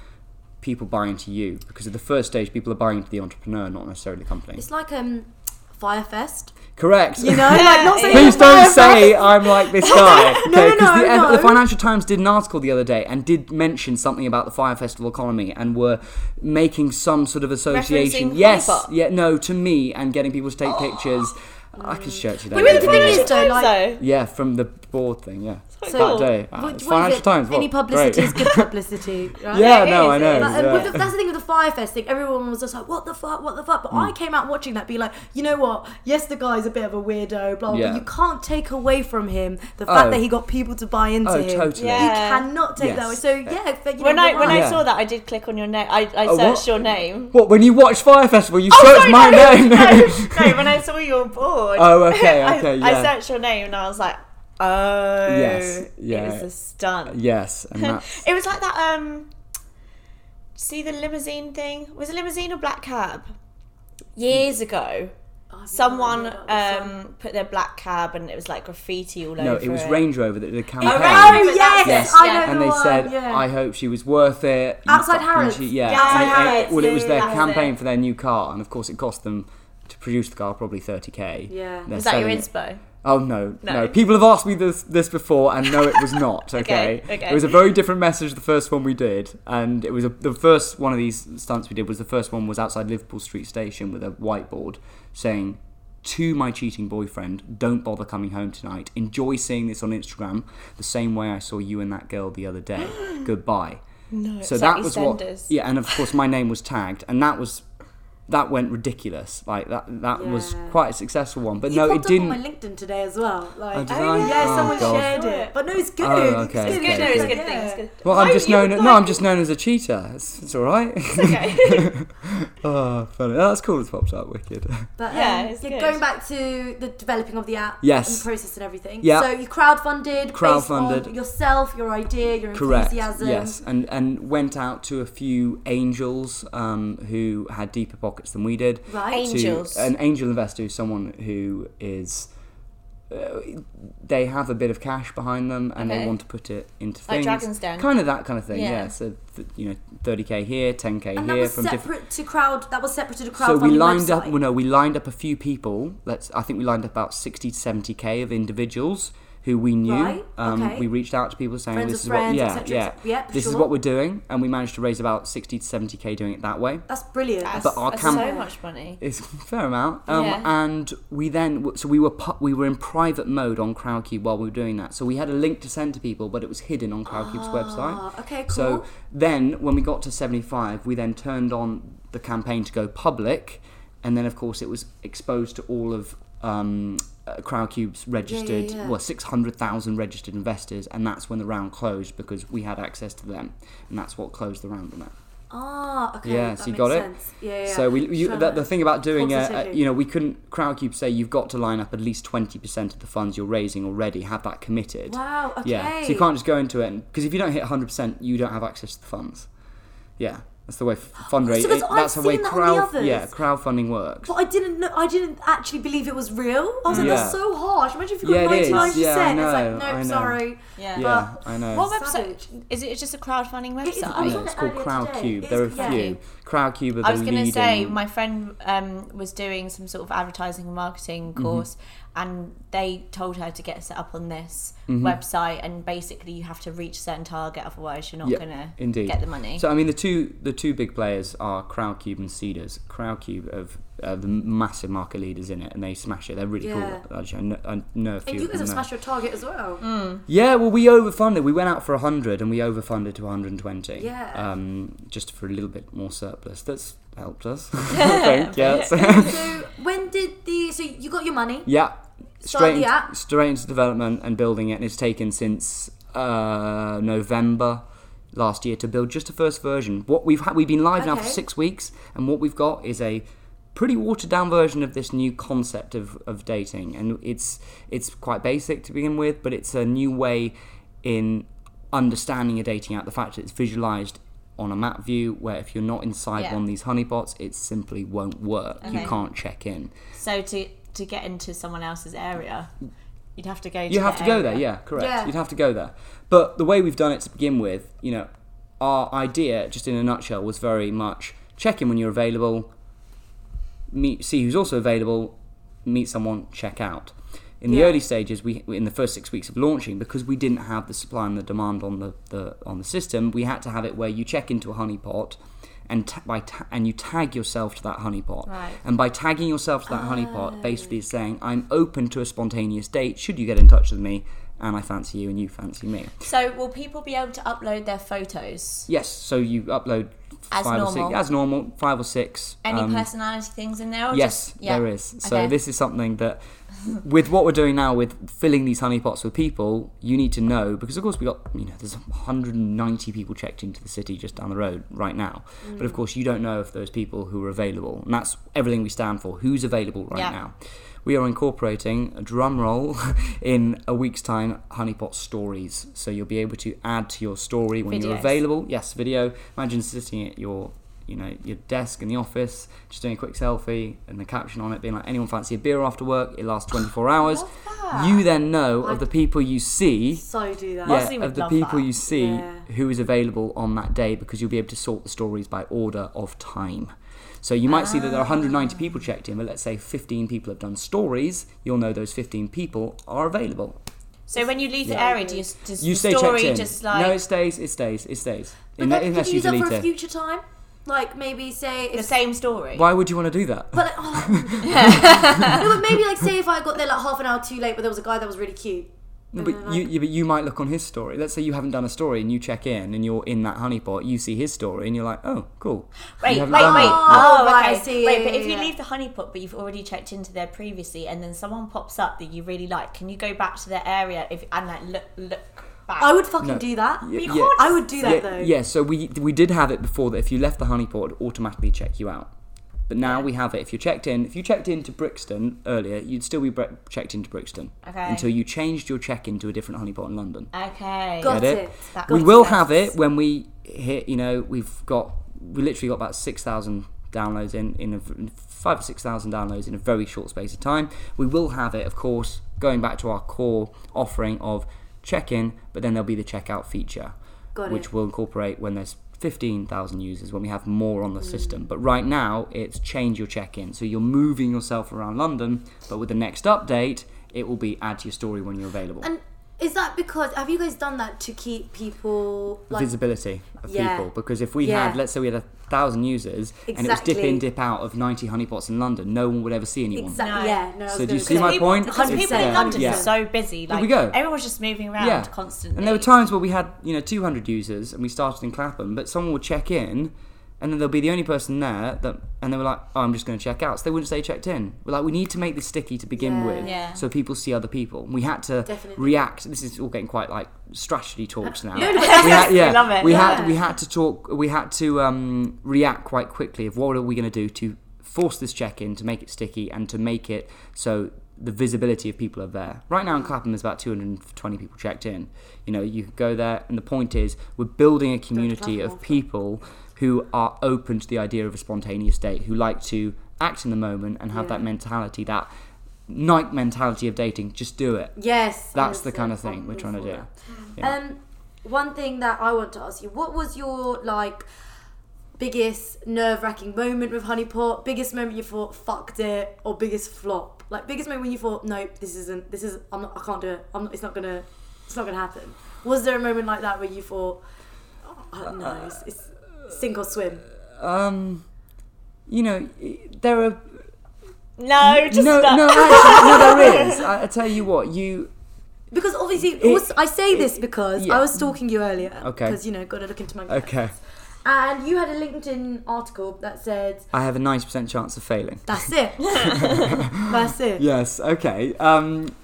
people buy into you. Because at the first stage, people are buying into the entrepreneur, not necessarily the company.
It's like um, Firefest.
Correct.
You know, like not saying
Please
it's
don't
Firefest.
say I'm like this
No,
guy.
no,
okay, 'cause the,
no,
the
no.
Financial Times did an article the other day and did mention something about the Fire Festival economy and were making some sort of association.
Referencing
Yes,
Hyper.
yeah, no, to me and getting people to take pictures. I could show it to you
were the
later.
Financial
Yeah.
Times. don't like-
though.
Yeah, from the board thing. Yeah,
Quite
So-
cool.
that day. Ah,
What- what
it's
is
Financial
it?
Times. What?
Any publicity
Great.
is good publicity, right?
yeah,
it is,
no, I
it
know.
is.
But, and
yeah.
with the, that's the thing with the Firefest thing. Everyone was just like, "What the fuck? What the fuck?" But
Mm.
I came out watching that, being like, "You know what? Yes, the guy's a bit of a weirdo, blah." blah
Yeah.
But you can't take away from him the fact
Oh.
that he got people to buy into
Oh,
him.
totally.
You
Yeah.
cannot take that away.
Yes.
So yeah, but, you
When
know,
I
you're
when
right.
I
Yeah.
saw that, I did click on your name. I, I
Oh, what?
searched your name.
What? When you watch Fire Festival, you
Oh,
search
sorry,
my
no,
name.
No, no, when I saw you on board.
Oh, okay, okay,
I,
yeah.
I searched your name and I was like, oh,
Yes,
it
yeah.
was a stunt.
yes, and that's
It was like that. Um, see the limousine thing? Was it limousine or black cab? Years ago,
I've
someone
no idea about this
um put their black cab and it was like graffiti all
no.
over.
It was Range Rover that did a campaign.
Oh,
one.
Range
Oh
Rover, that's
yes,
Yes.
it.
I know
Yeah.
the
and they
one,
said,
yeah.
"I hope she was worth it." you
Outside
fucking
Harrods.
shit." Yeah,
Outside
and it- it-
Harrods,
well, it was
yeah,
their
that's
campaign
it.
for their new car, and of course, it cost them to produce the car probably thirty k.
Yeah.
Was that your inspo?
Oh no, no,
No.
People have asked me this this before, and no, it was not. Okay,
Okay, okay.
it was a very different message. The first one we did, and it was a, the first one of these stunts we did was the first one was outside Liverpool Street Station with a whiteboard saying. To my cheating boyfriend, don't bother coming home tonight. Enjoy seeing this on Instagram the same way I saw you and that girl the other day. Goodbye. No, so
it's
that
like
was
EastEnders.
what. Yeah, and of course my name was tagged, and that was that went ridiculous. Like that that was
Yeah.
quite a successful one, but
You
no,
popped
it
up
didn't.
on my LinkedIn today as well. Like,
Oh, did
Oh,
I?
yeah.
yeah,
Oh,
someone
God.
shared it, but no, it's good.
Oh, okay,
It's
okay,
good.
no, it's
okay.
a good
Yeah.
thing. It's a good.
Well,
Oh,
I'm just
you
known.
replied-
No, I'm just known as a cheater. It's, it's all right.
Okay.
oh, funny. That's cool. It's popped up. Wicked.
But
Yeah,
um,
it's
yeah,
good.
going back to the developing of the app,
Yes.
and the process and everything.
Yeah.
So you crowdfunded, crowdfunded based
Crowdfunded.
on yourself, your idea, your
Correct.
enthusiasm.
Yes, and and went out to a few angels um, who had deeper pockets than we did.
Right.
to-
Angels.
an angel investor is someone who is. Uh, they have a bit of cash behind them and they
Okay.
want to put it into
Like
things.
Dragon's Den.
Kind of that kind of thing, yeah.
Yeah.
So, th- you know, 30k here, 10k
And that
here
was
from
separate
different.
to crowd. That was separate to the crowdfunding
So we lined
website.
up. Well, no, we lined up a few people. Let's. I think we lined up about sixty to seventy k of individuals who we knew.
Right,
Um,
okay.
We reached out to people saying
Friends
this
of
is
friends,
what, yeah,
et cetera, et
yeah,
cetera. Yep,
this is
sure.
what we're doing, and we managed to raise about sixty to seventy k doing it that way.
That's brilliant.
That's,
But our
that's
cam-
so much money.
It's a fair amount. Um,
Yeah.
And we then, so we were pu- we were in private mode on CrowdCube while we were doing that. So we had a link to send to people, but it was hidden on CrowdCube's
Ah.
website.
okay,
So
cool.
then, when we got to 75, we then turned on the campaign to go public, and then of course it was exposed to all of um, uh, CrowdCube's registered,
yeah.
well, 600,000 registered investors, and that's when the round closed because we had access to them, and that's what closed the round on that.
Ah, okay.
Yeah,
that
so you
makes
got it.
sense. Yeah, yeah.
So we, you,
Sure.
the, the thing about doing a, a,
Positively.
you know, we couldn't CrowdCube say you've got to line up at least twenty percent of the funds you're raising already, have that committed.
Wow. Okay.
Yeah, so you can't just go into it because if you don't hit hundred percent, you don't have access to the funds. Yeah, that's the way f- fundraising.
because I've
that's the way
seen that on the
crowd.
others.
yeah, crowdfunding works.
But I didn't know. I didn't actually believe it was real. I was like,
Yeah.
that's so harsh. Imagine if you got
Yeah, it is.
ninety nine
Yeah, I
percent. It's
know,
like,
I know.
nope, sorry.
Yeah.
yeah, I know.
What
Savage.
website? Is it just a crowdfunding
It is-
website?
I was
no,
on
it's
it
called
earlier today.
CrowdCube.
It
There are a
is- yeah.
few. CrowdCube are the
I was going
leading.
to say, my friend um, was doing some sort of advertising and marketing
Mm-hmm.
course, and they told her to get set up on this
Mm-hmm.
website, and basically you have to reach a certain target, otherwise you're not
Yeah,
going to
indeed.
get the money.
So I mean, the two the two big players are Crowdcube and Cedars. Crowdcube have uh, the massive market leaders in it, and they smash it. They're really
Yeah.
cool. Actually, I know, I know a few.
And you guys
of them
have
there.
smashed your target as well.
Yeah, well, we overfunded. We went out for hundred, and we overfunded to one hundred and twenty.
Yeah.
Um, just for a little bit more surplus. That's helped us. I think. Yeah. so-
So when did the? So you got your money?
yeah.
Start
Straight
the
into,
app?
straight into development and building it, and it's taken since uh, November last year to build just the first version. What we've had, we've been live now for
Okay.
six weeks, and what we've got is a pretty watered down version of this new concept of, of dating, and it's it's quite basic to begin with, but it's a new way in understanding a dating app. The fact that it's visualized on a map view, where if you're not inside
Yeah.
one of these honeypots, it simply won't work.
Okay.
You can't check in.
So to to get into someone else's area, you'd have to go. To
You have to
their
go
area.
there, yeah, correct.
Yeah.
You'd have to go there. But the way we've done it to begin with, you know, our idea, just in a nutshell, was very much check in when you're available, meet, see who's also available, meet someone, check out. In the
Yeah.
early stages, we in the first six weeks of launching, because we didn't have the supply and the demand on the, the on the system, we had to have it where you check into a honeypot, and ta- by ta- and you tag yourself to that honeypot.
Right. Ah.
And by tagging yourself to that honeypot, basically it's saying I'm open to a spontaneous date. Should you get in touch with me, and I fancy you, and you fancy me.
So will people be able to upload their photos?
Yes. So you upload
As
five or
normal.
six as normal, five or six.
Any
um,
personality things in there? Or
Yes,
just, yeah.
there is. So
Okay.
this is something that, with what we're doing now, with filling these honeypots with people, you need to know because of course we got you know there's 190 people checked into the city just down the road right now, but
Mm.
of course you don't know if those people who are available, and that's everything we stand for. Who's available right
Yeah.
now? We are incorporating a drum roll in a week's time honeypot stories. So you'll be able to add to your story when you're
Videos.
available. Yes, video. Imagine sitting at your you know your desk in the office, just doing a quick selfie and the caption on it being like, "Anyone fancy a beer after work?" It lasts 24 hours.
Love that.
You then know of
Like-
the people you see.
So do that.
Honestly,
Yeah,
we'd
of the
love
people
that.
you see
Yeah.
who is available on that day because you'll be able to sort the stories by order of time. So you might see that there are
Ah.
190 people checked in, but let's say 15 people have done stories. You'll know those 15 people are available.
So when you leave the
Yeah.
area, do you, does
You
the
stay
story
checked in.
just like
no, it stays. It stays. It stays.
But
Unle-
then could you use that for a future time? Like maybe say
the
if
same story?
Why would you want to do that?
But like, oh, no, but maybe like say if I got there like half an hour too late, but there was a guy that was really cute.
No, but you, you, but you might look on his story. Let's say you haven't done a story and you check in and you're in that honeypot. You see his story and you're like, oh, cool.
Wait, wait,
You haven't
wait.
done that.
Oh,
Oh, right,
okay.
I see.
Wait,
Yeah,
but if
yeah,
you
yeah.
leave the honeypot, but you've already checked into there previously, and then someone pops up that you really like, can you go back to their area if and like look look back?
I would fucking
No.
do that.
Yeah,
you
yeah.
can't
I would do that
yeah,
though.
yeah, so we we did have it before that if you left the honeypot, it would automatically check you out. But now we have it. If you checked in, if you checked into Brixton earlier, you'd still be bre- checked into Brixton
Okay.
until you changed your check-in to a different honeypot in London.
Okay.
Got
Get it?
it.
That
we
got
will
it.
have it when we hit. You know, we've got we literally got about six thousand downloads in in a, in five or six thousand downloads in a very short space of time. We will have it, of course, going back to our core offering of check-in, but then there'll be the checkout feature,
Got
which
it.
we'll incorporate when there's. 15,000 users when we have more on the
Mm.
system. But right now, it's change your check in. So you're moving yourself around London, but with the next update, it will be add to your story when you're available.
And Is that because have you guys done that to keep people like
visibility of
Yeah.
people because if we
Yeah.
had let's say we had a thousand users and it was dip in
Exactly.
dip out of 90 honeypots in london no one would ever see anyone
exactly?
No.
Yeah, no. I was
So
gonna
do you
say-
see my
people,
point? um,
Because
It's
people
there.
in London
Yeah.
are so busy. Like
we go.
everyone's just moving around
yeah
constantly.
and there were times where we had you know 200 users and we started in clapham but someone would check in and then there'll be the only person there that and they were like oh i'm just going to check out so they wouldn't say checked in we're like we need to make this sticky to begin
Yeah.
with
Yeah.
so people see other people we had to
Definitely.
react this is all getting quite like strategy talks now
No, no, but
we had, yeah,
We love it.
We
Yeah.
had we had to talk. We had to um, react quite quickly of what are we going to do to force this check in to make it sticky and to make it so the visibility of people are there. Right now in Clapham, there's about 220 people checked in. You know, you could go there, and the point is, we're building a community of
Clapham.
people who are open to the idea of a spontaneous date, who like to act in the moment and have
Yeah.
that mentality, that night mentality of dating. Just do it.
yes,
That's
I
the
was
kind
so
of thing we're trying to
hungry
do.
for
Yeah.
Um, one thing that I want to ask you: What was your like biggest nerve-wracking moment with Honeypot? Biggest moment you thought fucked it, or biggest flop? Like biggest moment when you thought, nope, this isn't. This is. I'm not. I can't do it. I'm not, it's not gonna. It's not gonna happen. Was there a moment like that where you thought, oh, no, it's, it's sink or swim?
Um, you know, y- there are
no, just
no,
stop.
no, actually, no, there is. I, I tell you what, you
Because obviously,
It-
also, I say this because
yeah.
I was stalking you earlier.
Okay.
Because you know, gotta look into my. And you had a LinkedIn article that said,
I have a ninety percent chance of failing.
"That's it. That's it."
Yes. Okay. Um,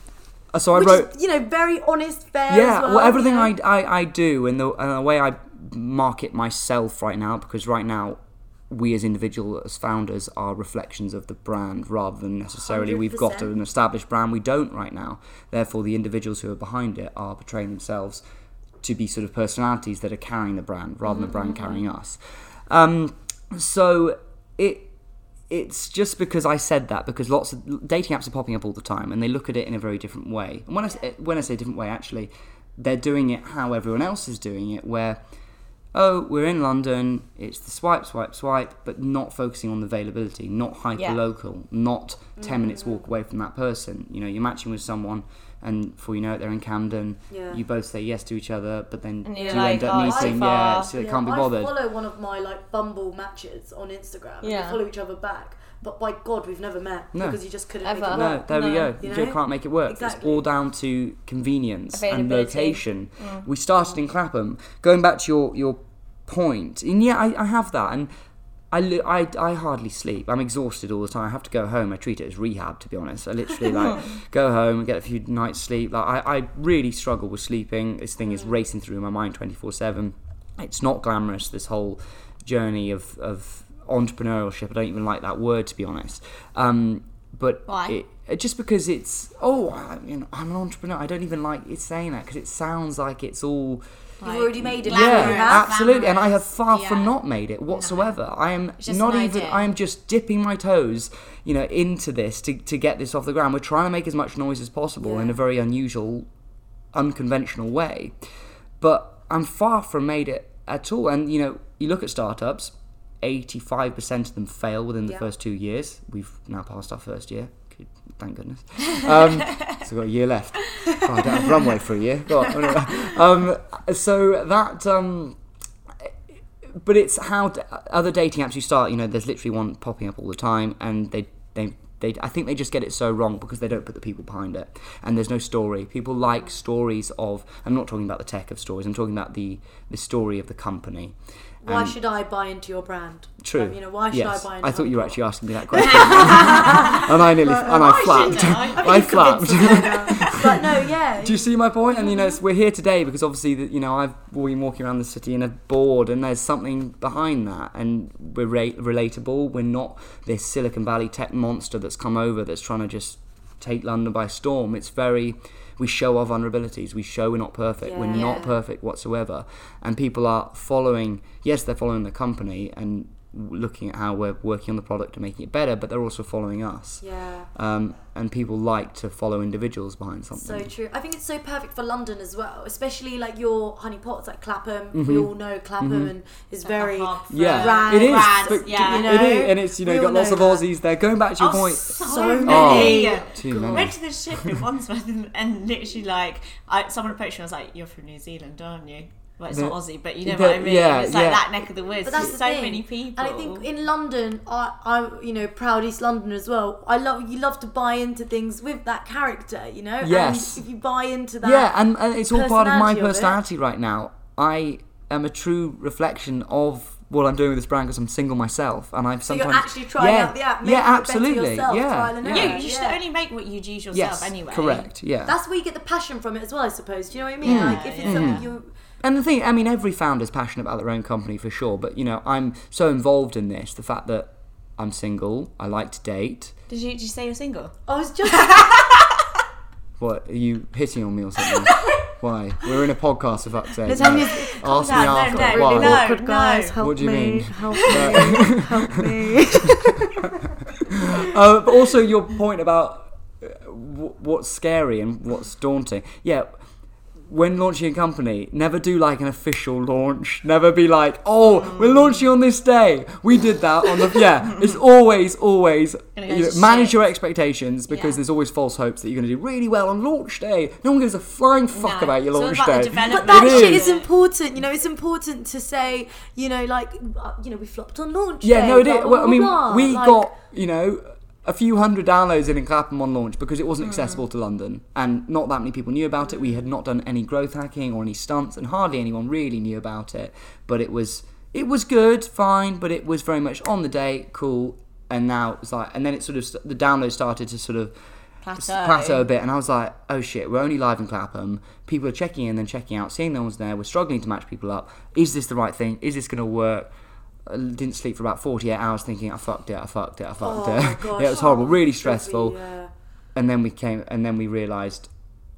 so I
Which
wrote.
is, you know, very honest, fair.
yeah.
as
Well,
well
everything
yeah.
I, I I do and the and the way I market myself right now because right now. We as individuals, as founders, are reflections of the brand rather than necessarily we have got
100%.
an established brand. We don't right now. Therefore, the individuals who are behind it are portraying themselves to be sort of personalities that are carrying the brand rather than the
Mm-hmm,
brand carrying us. Um, so it it's just because I said that because lots of dating apps are popping up all the time and they look at it in a very different way. And when I s- when I say different way, actually, they're doing it how everyone else is doing it, where oh we're in London, it's the swipe, swipe, swipe, but not focusing on the availability, not hyper local, not 10 minutes
Mm.
walk away from that person. You know, you're matching with someone. And before you know it, they're in Camden.
Yeah.
You both say yes to each other, but then
And
do
you're
you
like,
end up
"Oh, it's too
meeting? Yeah,
far."
so they
Yeah,
can't be bothered.
I follow one of my like Bumble matches on Instagram. And
Yeah.
we follow each other back, but by God, we've never met
No.
because you just couldn't make
Ever.
it
No,
work.
there we
No.
go.
uh, You
You
know?
just can't make it work. It's
Exactly.
all down to convenience and
Availability.
location. We started in Clapham. Going back to your your point, and yeah, I, I have that, and I, li- I I hardly sleep. I'm exhausted all the time. I have to go home. I treat it as rehab, to be honest. I literally like go home and get a few nights sleep. Like I, I really struggle with sleeping. This thing is racing through my mind twenty four seven. It's not glamorous. This whole journey of of entrepreneurship. I don't even like that word, to be honest. Um, but
Why?
it- it, just because it's oh I, you know, I'm an entrepreneur. I don't even like it saying that because it sounds like it's all
Like,
You've already made it.
glamorous,
yeah absolutely. And I have far
glamorous.
from
Yeah.
not made it whatsoever.
Uh-huh.
I am
just
not
an
even.
idea.
I am just dipping my toes, you know, into this to to get this off the ground. We're trying to make as much noise as possible in
Yeah.
a very unusual, unconventional way, but I'm far from made it at all. And you know, you look at startups. 85% of them fail within the
Yeah.
first two years. We've now passed our first year. Good- Thank goodness. Um, so we've got a year left. Oh, I don't have runway for a year. Go on. um, so that, um, but it's how d- other dating apps you start. You know, there's literally one popping up all the time, and they they. They, I think they just get it so wrong because they don't put the people behind it, and there's no story. People like stories of. I'm not talking about the tech of stories. I'm talking about the the story of the company.
Why
And-
should I buy into your brand?
Um, True.
Um, you know, why should
yes.
I buy into
I thought you were
Honeypot?
actually asking me that question, and I nearly and I
shouldn't
flapped.
I? I mean,
I
You've convinced
flapped.
me now. but no, yeah.
Do you see my point? And you know, it's, we're here today because obviously, that you know, I've been walking around the city and a bored, and there's something behind that, and we're re- relatable. We're not this Silicon Valley tech monster that's come over that's trying to just take London by storm. It's very, we show our vulnerabilities. We show we're not perfect. We're
Yeah.
not perfect whatsoever, and people are following. Yes, they're following the company and. w- looking at how we're working on the product and making it better, but they're also following us.
Yeah.
Um, and people like to follow individuals behind
So
something.
true. I think it's so perfect for London as well, especially like your honey pots, like Clapham. We all know Clapham and is very.
Mm-hmm. yeah,
Brand-
it is.
brands,
but
yeah.
you
it
know,
is, and it's you know
we
you've got
all
lots
know
of
that.
Aussies there. Going back to your
Oh,
point, Oh.
so,
So
many.
many.
too
I
many.
went to the ship in Wandsworth and, and literally like I, someone approached me. I was like, "You're from New Zealand, aren't you?" Well, it's
The-
not Aussie, but you know
the-
what I mean.
yeah,
it's like
yeah.
that neck of the woods.
But that's the
so
thing.
many people.
And I think in London, I, I, you know, proud East London as well. I love you love to buy into things with that character, you know.
Yes.
And if you buy into that,
yeah, and, and it's all part of my
personality of it.
personality right now. I am a true reflection of what I'm doing with this brand because I'm single myself, and I've
you're
sometimes
actually trying
yeah,
out the app,
yeah,
making it better
absolutely,
yourself,
yeah,
trial and
yeah.
you,
error.
you should
yeah.
only make what you choose yourself
yes,
anyway.
correct, yeah.
that's where you get the passion from it as well, I suppose. Do you know what I mean? like if it's
Mm-hmm.
yeah.
something you,
And the thing, I mean, every founder's passionate about their own company for sure, but you know, I'm so involved in this, the fact that I'm single, I like to date.
Did you, did you say you're single?
I was just
What are you hitting on me or something? Why? We're in a podcast for fuck's sake.
Nathaniel,
No. Ask me
down, no,
after.
no, really,
Why?
no. Awkward, guys,
help
What do you me, mean?
Help
me,
help me.
Uh, but also your point about uh, w- what's scary and what's daunting. Yeah, when launching a company, never do like an official launch. Never be like, oh, we're launching on this day. We did that on the yeah. It's always always
Gonna go
you know,
to
manage
shit.
your expectations because
Yeah.
there's always false hopes that you're going to do really well on launch day. No one gives a flying fuck
No,
about your
it's all
launch
about the
day.
development.
But that
It
shit
is.
is important, you know. It's important to say, you know, like, uh, you know, we flopped on launch.
Yeah,
day,
no, it
blah,
is.
blah,
Well, I
blah,
mean,
blah.
we
Like,
got you know a few hundred downloads in in Clapham on launch because it wasn't
Hmm.
accessible to London, and not that many people knew about it. We had not done any growth hacking or any stunts, and hardly anyone really knew about it. But it was it was good, fine, but it was very much on the day, cool. And now it's like, and then it sort of st- the download started to sort of
Plateau.
a bit, and I was like, oh shit, we're only live in Clapham. People are checking in, then checking out, seeing no one's there. We're struggling to match people up. Is this the right thing? Is this going to work? I didn't sleep for about 48 hours thinking, I fucked it, I fucked it, I
oh
fucked
my
it.
gosh, Oh,
yeah, it was horrible, really
it's gonna be,
stressful.
yeah.
And then we came, and then we realised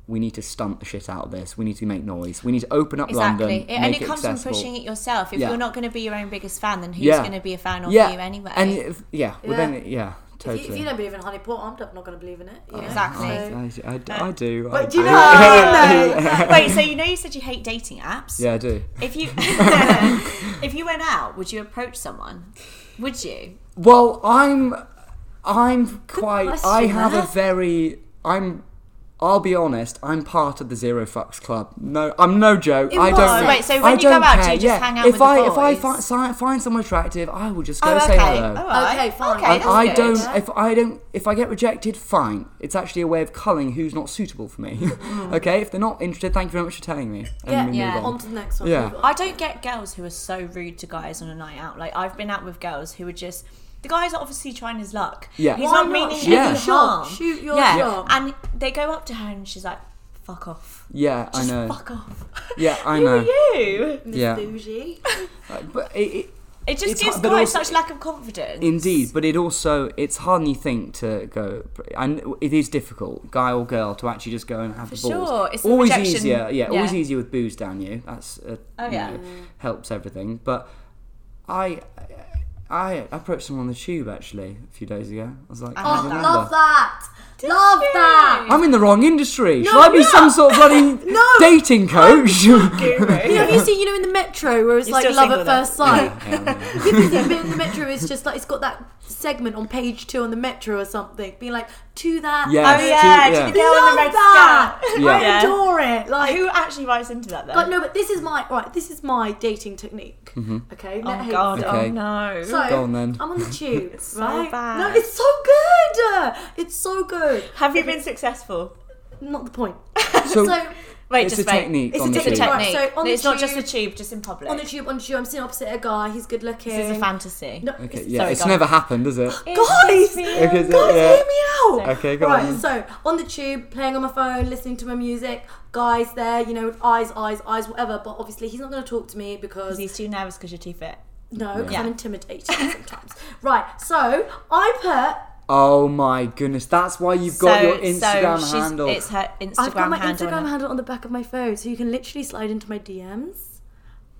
we need to stunt the shit out of this. We need to make noise. We need to open up
Exactly,
London.
It- and
make
it comes
accessible.
from pushing it yourself. If
Yeah.
you're not going to be your own biggest fan, then who's
Yeah.
going to be a fan of
yeah.
you anyway?
And if- yeah, well
Yeah.
then, it- yeah,
If
totally. Oh,
you, if you don't believe in honey pot, I'm not going to believe in it. you know?
Exactly. Oh,
I, I, I, I do. I
But do you
do.
know what I mean? though?
Wait, so you know you said you hate dating apps.
Yeah, I do.
If you if you went out, would you approach someone? Would you?
Well, I'm, I'm quite. I
question,
have a
that.
very. I'm. I'll be honest. I'm part of the zero fucks club. No, I'm no joke.
It
I
was.
don't.
Wait,
so when
I
you go
don't
out, do you
care,
just
yeah.
hang out
if
with the
I, If I
boys?
find, si- find someone attractive, I will just go
Oh,
say
okay.
hello.
All right.
Okay, fine.
Okay,
and
that's
I
good.
don't.
Yeah.
If I don't. If I get rejected, fine. It's actually a way of culling who's not suitable for me. okay. If they're not interested, thank you very much for telling me. And
Yeah,
we
Hmm. yeah.
Move on.
On to the next one.
Yeah.
Move on.
I don't get girls who are so rude to guys on a night out. Like I've been out with girls who are just the guy's obviously trying his luck.
Yeah.
he's
Why
not
not?
meaning
Shoot
any
your
shot.
harm.
Shoot your
yeah.
shot.
and they go up to her and she's like, "Fuck off."
Yeah, I
Just
know.
Fuck off.
Yeah, I
who
know.
are you?
Miss
Yeah.
Bougie.
But it, it,
It just
It's
gives
hard- but
guys
also-
such lack of confidence.
Indeed, but it also it's hard you think to go, and it is difficult, guy or girl, to actually just go and have the balls.
sure, it's the
always
rejection-
easier, yeah, always
yeah.
easier with booze down you. That's uh,
Oh,
you
yeah.
know, helps everything. But I, I approached someone on the tube actually a few days ago. I was like,
I
"Can I
had
have
Oh, that.
your
Oh, Love
number?"
that. Love
you?
that.
I'm in the wrong industry.
No,
Should I be
you're
some
not.
sort of bloody
No.
dating coach?
You know, have you seen, you know, in the metro where it's
You're
like
still
love
single
at
then.
first sight?
Yeah, yeah.
Have you seen a bit in the metro is just like, it's got that segment on page two on the metro or something, being like, to that.
Yes,
Oh
to-
yeah,
yeah.
to the girl in
Love
the red
that.
skirt.
Yeah.
I adore it. Like,
Who actually writes into that though?
but no, but this is my, right, this is my dating technique. Okay, let
oh
hate
god,
myself.
Okay.
oh no.
So,
Mm-hmm. Go on then.
I'm on the tube, it's
so
right?
bad.
No, it's so good. It's so good.
have you been successful?
Not the point.
So,
so
Wait,
it's a
just wait.
technique.
It's
on
a
the
It's a
tube.
technique.
technique.
Right, so on the
it's not just the
tube-
tube, just in public.
on the tube, on the tube, I'm sitting opposite a guy. He's good looking.
this is a fantasy.
No,
Okay,
it's-
yeah,
Sorry,
it's
go on.
never happened, has it?
Guys!
Okay, so-
Guys,
yeah.
hear me out.
Okay, go
right,
on.
So on the tube, playing on my phone, listening to my music. Guys, there, you know, with eyes, eyes, eyes, whatever. But obviously, he's not going to talk to me because
He's too nervous because you're too fit.
no, 'cause
Yeah.
I'm intimidated sometimes. right. So I
Oh my goodness, that's why you've got your Instagram
she's-
handle.
It's her
put. I've got
Instagram
my
handle.
Instagram
on it.
handle on the back of my phone, so you can literally slide into my DMs.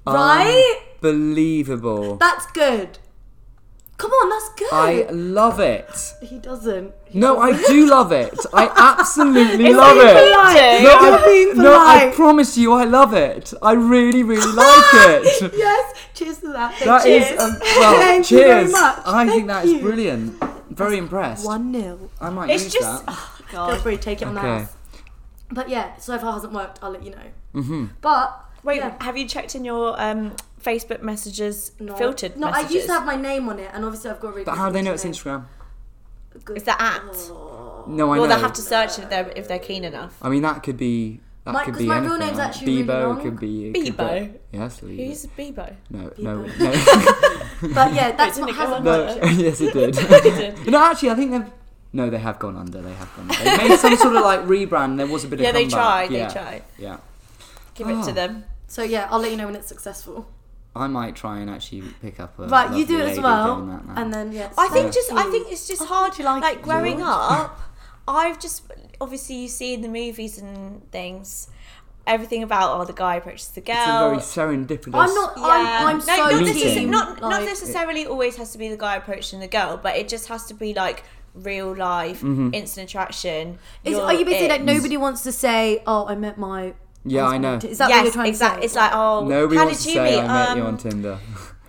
Um,
Right.
Believable.
That's good. Come on, that's good.
I love it.
he doesn't. He
No, I do love it. I absolutely
It's
love
only
it.
polite.
No,
You're
I,
being
no, I
polite.
promise you, I love it. I really, really like it.
yes. Cheers to that.
That is
cheers.
um, well,
Thank you very
cheers.
much.
I think
Thank
that is
you.
brilliant. Very impressed.
One nil.
I might
It's
use
just.
that.
Oh,
Feel
God.
free, take it on the
Okay.
house. But yeah, so far hasn't worked. I'll let you know. Mm-hmm. But
Wait,
yeah.
have you checked in your um, Facebook messages
No.
filtered?
No,
messages?
I used to have my name on it, and obviously I've got. Really
But how do they know it's Instagram?
Good.
Is that at?
Oh.
No, I
Well,
know.
they have to search if they're if they're keen enough.
I mean, that could be. That
My-
could
'cause
be
my real
anything,
name's
right?
actually really
Bebo
long.
could be. it could
Bebo?
be- Yes, leave it.
Who's Bebo?
No, no,
Bebo?
no.
But yeah, that's
didn't
what
it go
hasn't
on?
worked.
no. yes, it did.
did.
no, actually, I think they've. No, they have gone under. They have gone. Under. They made some sort of like rebrand. There was a bit
Yeah,
of.
they
comeback.
tried.
Yeah.
They tried.
Yeah,
Give it to
Oh.
them.
So yeah, I'll let you know when it's successful.
I might try and actually pick up a.
Right, you
Oh, lovely
do it as
lady
well,
doing that now.
and then yeah.
I think
Yeah.
just I think it's
Oh,
just
I
hard.
really like
Like,
it.
growing
Yeah.
up, I've just obviously you see in the movies and things everything about oh the guy approaches the
it's a
girl.
very serendipicus.
I'm not.
Yeah.
I'm, I'm
no,
so
not,
this
necessarily,
team,
team,
not, not
like-
necessarily always has to be the guy approaching the girl, but it just has to be like real life instant attraction.
Is,
You're
are you basically
it.
like nobody wants to say, "Oh, I met my."
Yeah, I
husband
know.
on Ti-" Is that
yes,
what you're trying
exactly.
to say?
It's like oh,
Nobody
how
wants
did
to
you
say
meet?
I met
um,
you on Tinder.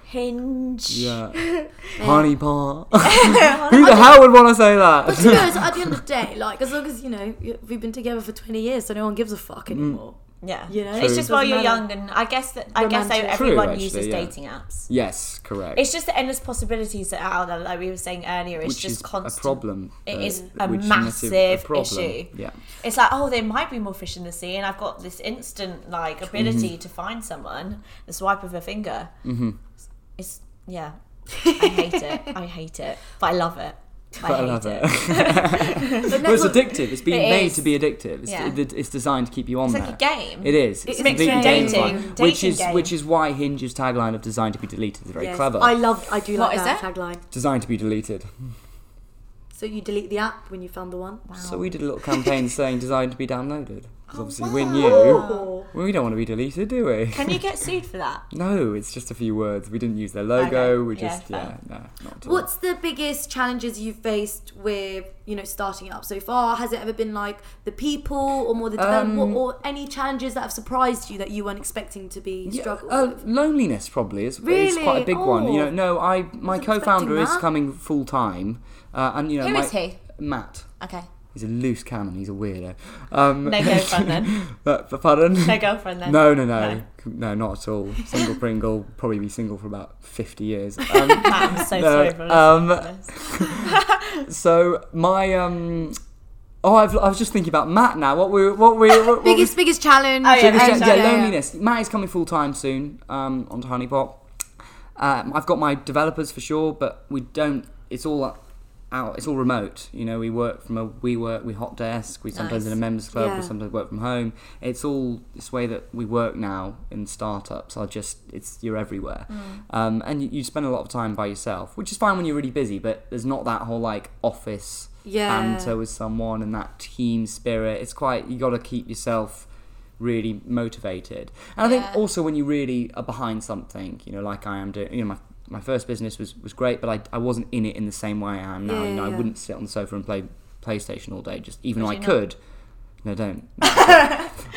Hinge.
Yeah. Honey pot. Who
Yeah.
the hell would want to say
But to be
that?
honest, at the end of the day, like as long as you know y- we've been together for 20 years, so no one gives a
Mm.
fuck anymore.
yeah.
You know,
It's
True.
just while you're
Doesn't matter.
young, and I guess that I guess
Romantic.
so
True,
everyone
actually,
uses
yeah.
dating apps.
yes, correct.
It's just the endless possibilities that are out there, like we were saying earlier. It's
which
just
is
constant.
a problem.
It
uh,
is a
which is
massive
problem.
issue.
Yeah.
It's like, oh, there might be more fish in the sea, and I've got this instant like ability
Mm-hmm.
to find someone, the swipe of a finger. Mm-hmm. It's yeah, I hate it. I hate it, but I love it.
But I
hate
love it.
it.
well, it's addictive. It's being
It
made
is.
to be addictive. It's,
Yeah.
it- it's designed to keep you on
It's
there.
like a game.
It is. It's
is a
completely
game.
gamified,
Dating-
which
dating
is
game.
which is why Hinge's tagline of "designed to be deleted" is very
Yes.
clever.
I loved. I do like
What is
that
it?
tagline.
Designed to be deleted.
So you delete the app when you found the one.
So we did a little campaign saying "designed to be downloaded" because obviously we
Oh, wow.
knew
Oh.
we don't want to be deleted, do we?
Can you get sued for that?
No, it's just a few words. We didn't use their logo.
Okay.
We
Yeah,
just yeah,
fair.
no, not at all.
What's the biggest challenges you've faced with you know starting up so far? Has it ever been like the people or more the development
Um,
or any challenges that have surprised you that you weren't expecting to be
Yeah,
struggled?
uh, loneliness probably is, is
Really?
quite a big one. You know,
Oh.
no, I my
Wasn't expecting
co-founder is
that.
coming full time, uh, and you know,
Who
my,
is he?
Matt.
Okay,
He's a loose cannon. He's a weirdo. Um,
no girlfriend then.
but, but pardon.
No girlfriend then.
No, no, no,
No.
no, not at all. Single Pringle, probably be single for about fifty years. Um,
Matt, I'm so sorry
No,
for
um,
listening to this.
so my um, oh, I've, I was just thinking about Matt now. What we, what we, what, what we
biggest biggest challenge.
Oh, yeah,
yeah,
biggest
yeah,
challenge.
yeah,
Yeah, yeah.
loneliness. Matt is coming full time soon um, onto Honeypot. Um, I've got my developers for sure, but we don't. It's all out. It's all remote. You know, we work from a we work we hot desk. We sometimes
Nice.
in a members club.
Yeah.
We sometimes work from home. It's all this way that we work now in startups. Are just it's you're everywhere,
Mm.
um, and you, you spend a lot of time by yourself, which is fine when you're really busy. But there's not that whole like office
Yeah.
banter with someone and that team spirit. It's quite you got to keep yourself really motivated. And I think
Yeah.
also when you really are behind something, you know, like I am doing, you know, my my first business was was great, but I I wasn't in it in the same way I am now.
Yeah,
you know,
yeah.
I wouldn't sit on the sofa and play PlayStation all day, just even though I
Would you not?
could. No, don't.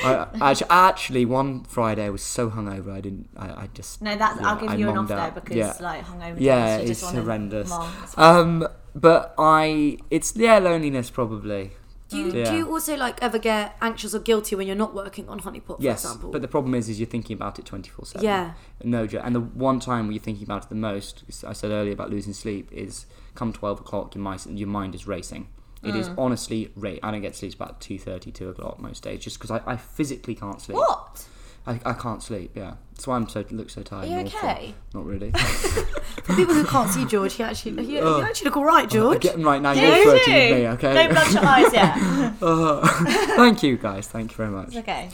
I, actually, actually, one Friday I was so hungover I didn't. I, I just
No, that's. I'll
yeah,
give
I
you an off
monged
there
out.
because
Yeah.
like hungover.
Yeah,
days, you just
it's
wanna
horrendous.
mong. It's
Um, but I, it's yeah, loneliness probably.
Do you,
Mm. Yeah.
do you also like ever get anxious or guilty when you're not working on Honeypot, for
Yes,
example?
but the problem is, is you're thinking about it twenty four seven.
Yeah.
No joke. And the one time where you're thinking about it the most, s- I said earlier about losing sleep, is come twelve o'clock, your mind your mind is racing. It
Mm.
is honestly rate. I don't get to sleep about 2.30, 2 o'clock most days, just because I, I physically can't sleep.
What?
I, I can't sleep. Yeah, that's why I'm so look so tired.
Are you
and awful.
okay?
Not really.
For people who can't see George, he actually he,
Oh.
you actually look all right, George.
Getting right now,
Yeah,
you're
you
flirting with
do.
me. Okay.
Don't bloodshot eyes yet.
Oh, thank you guys. Thank you very much.
okay.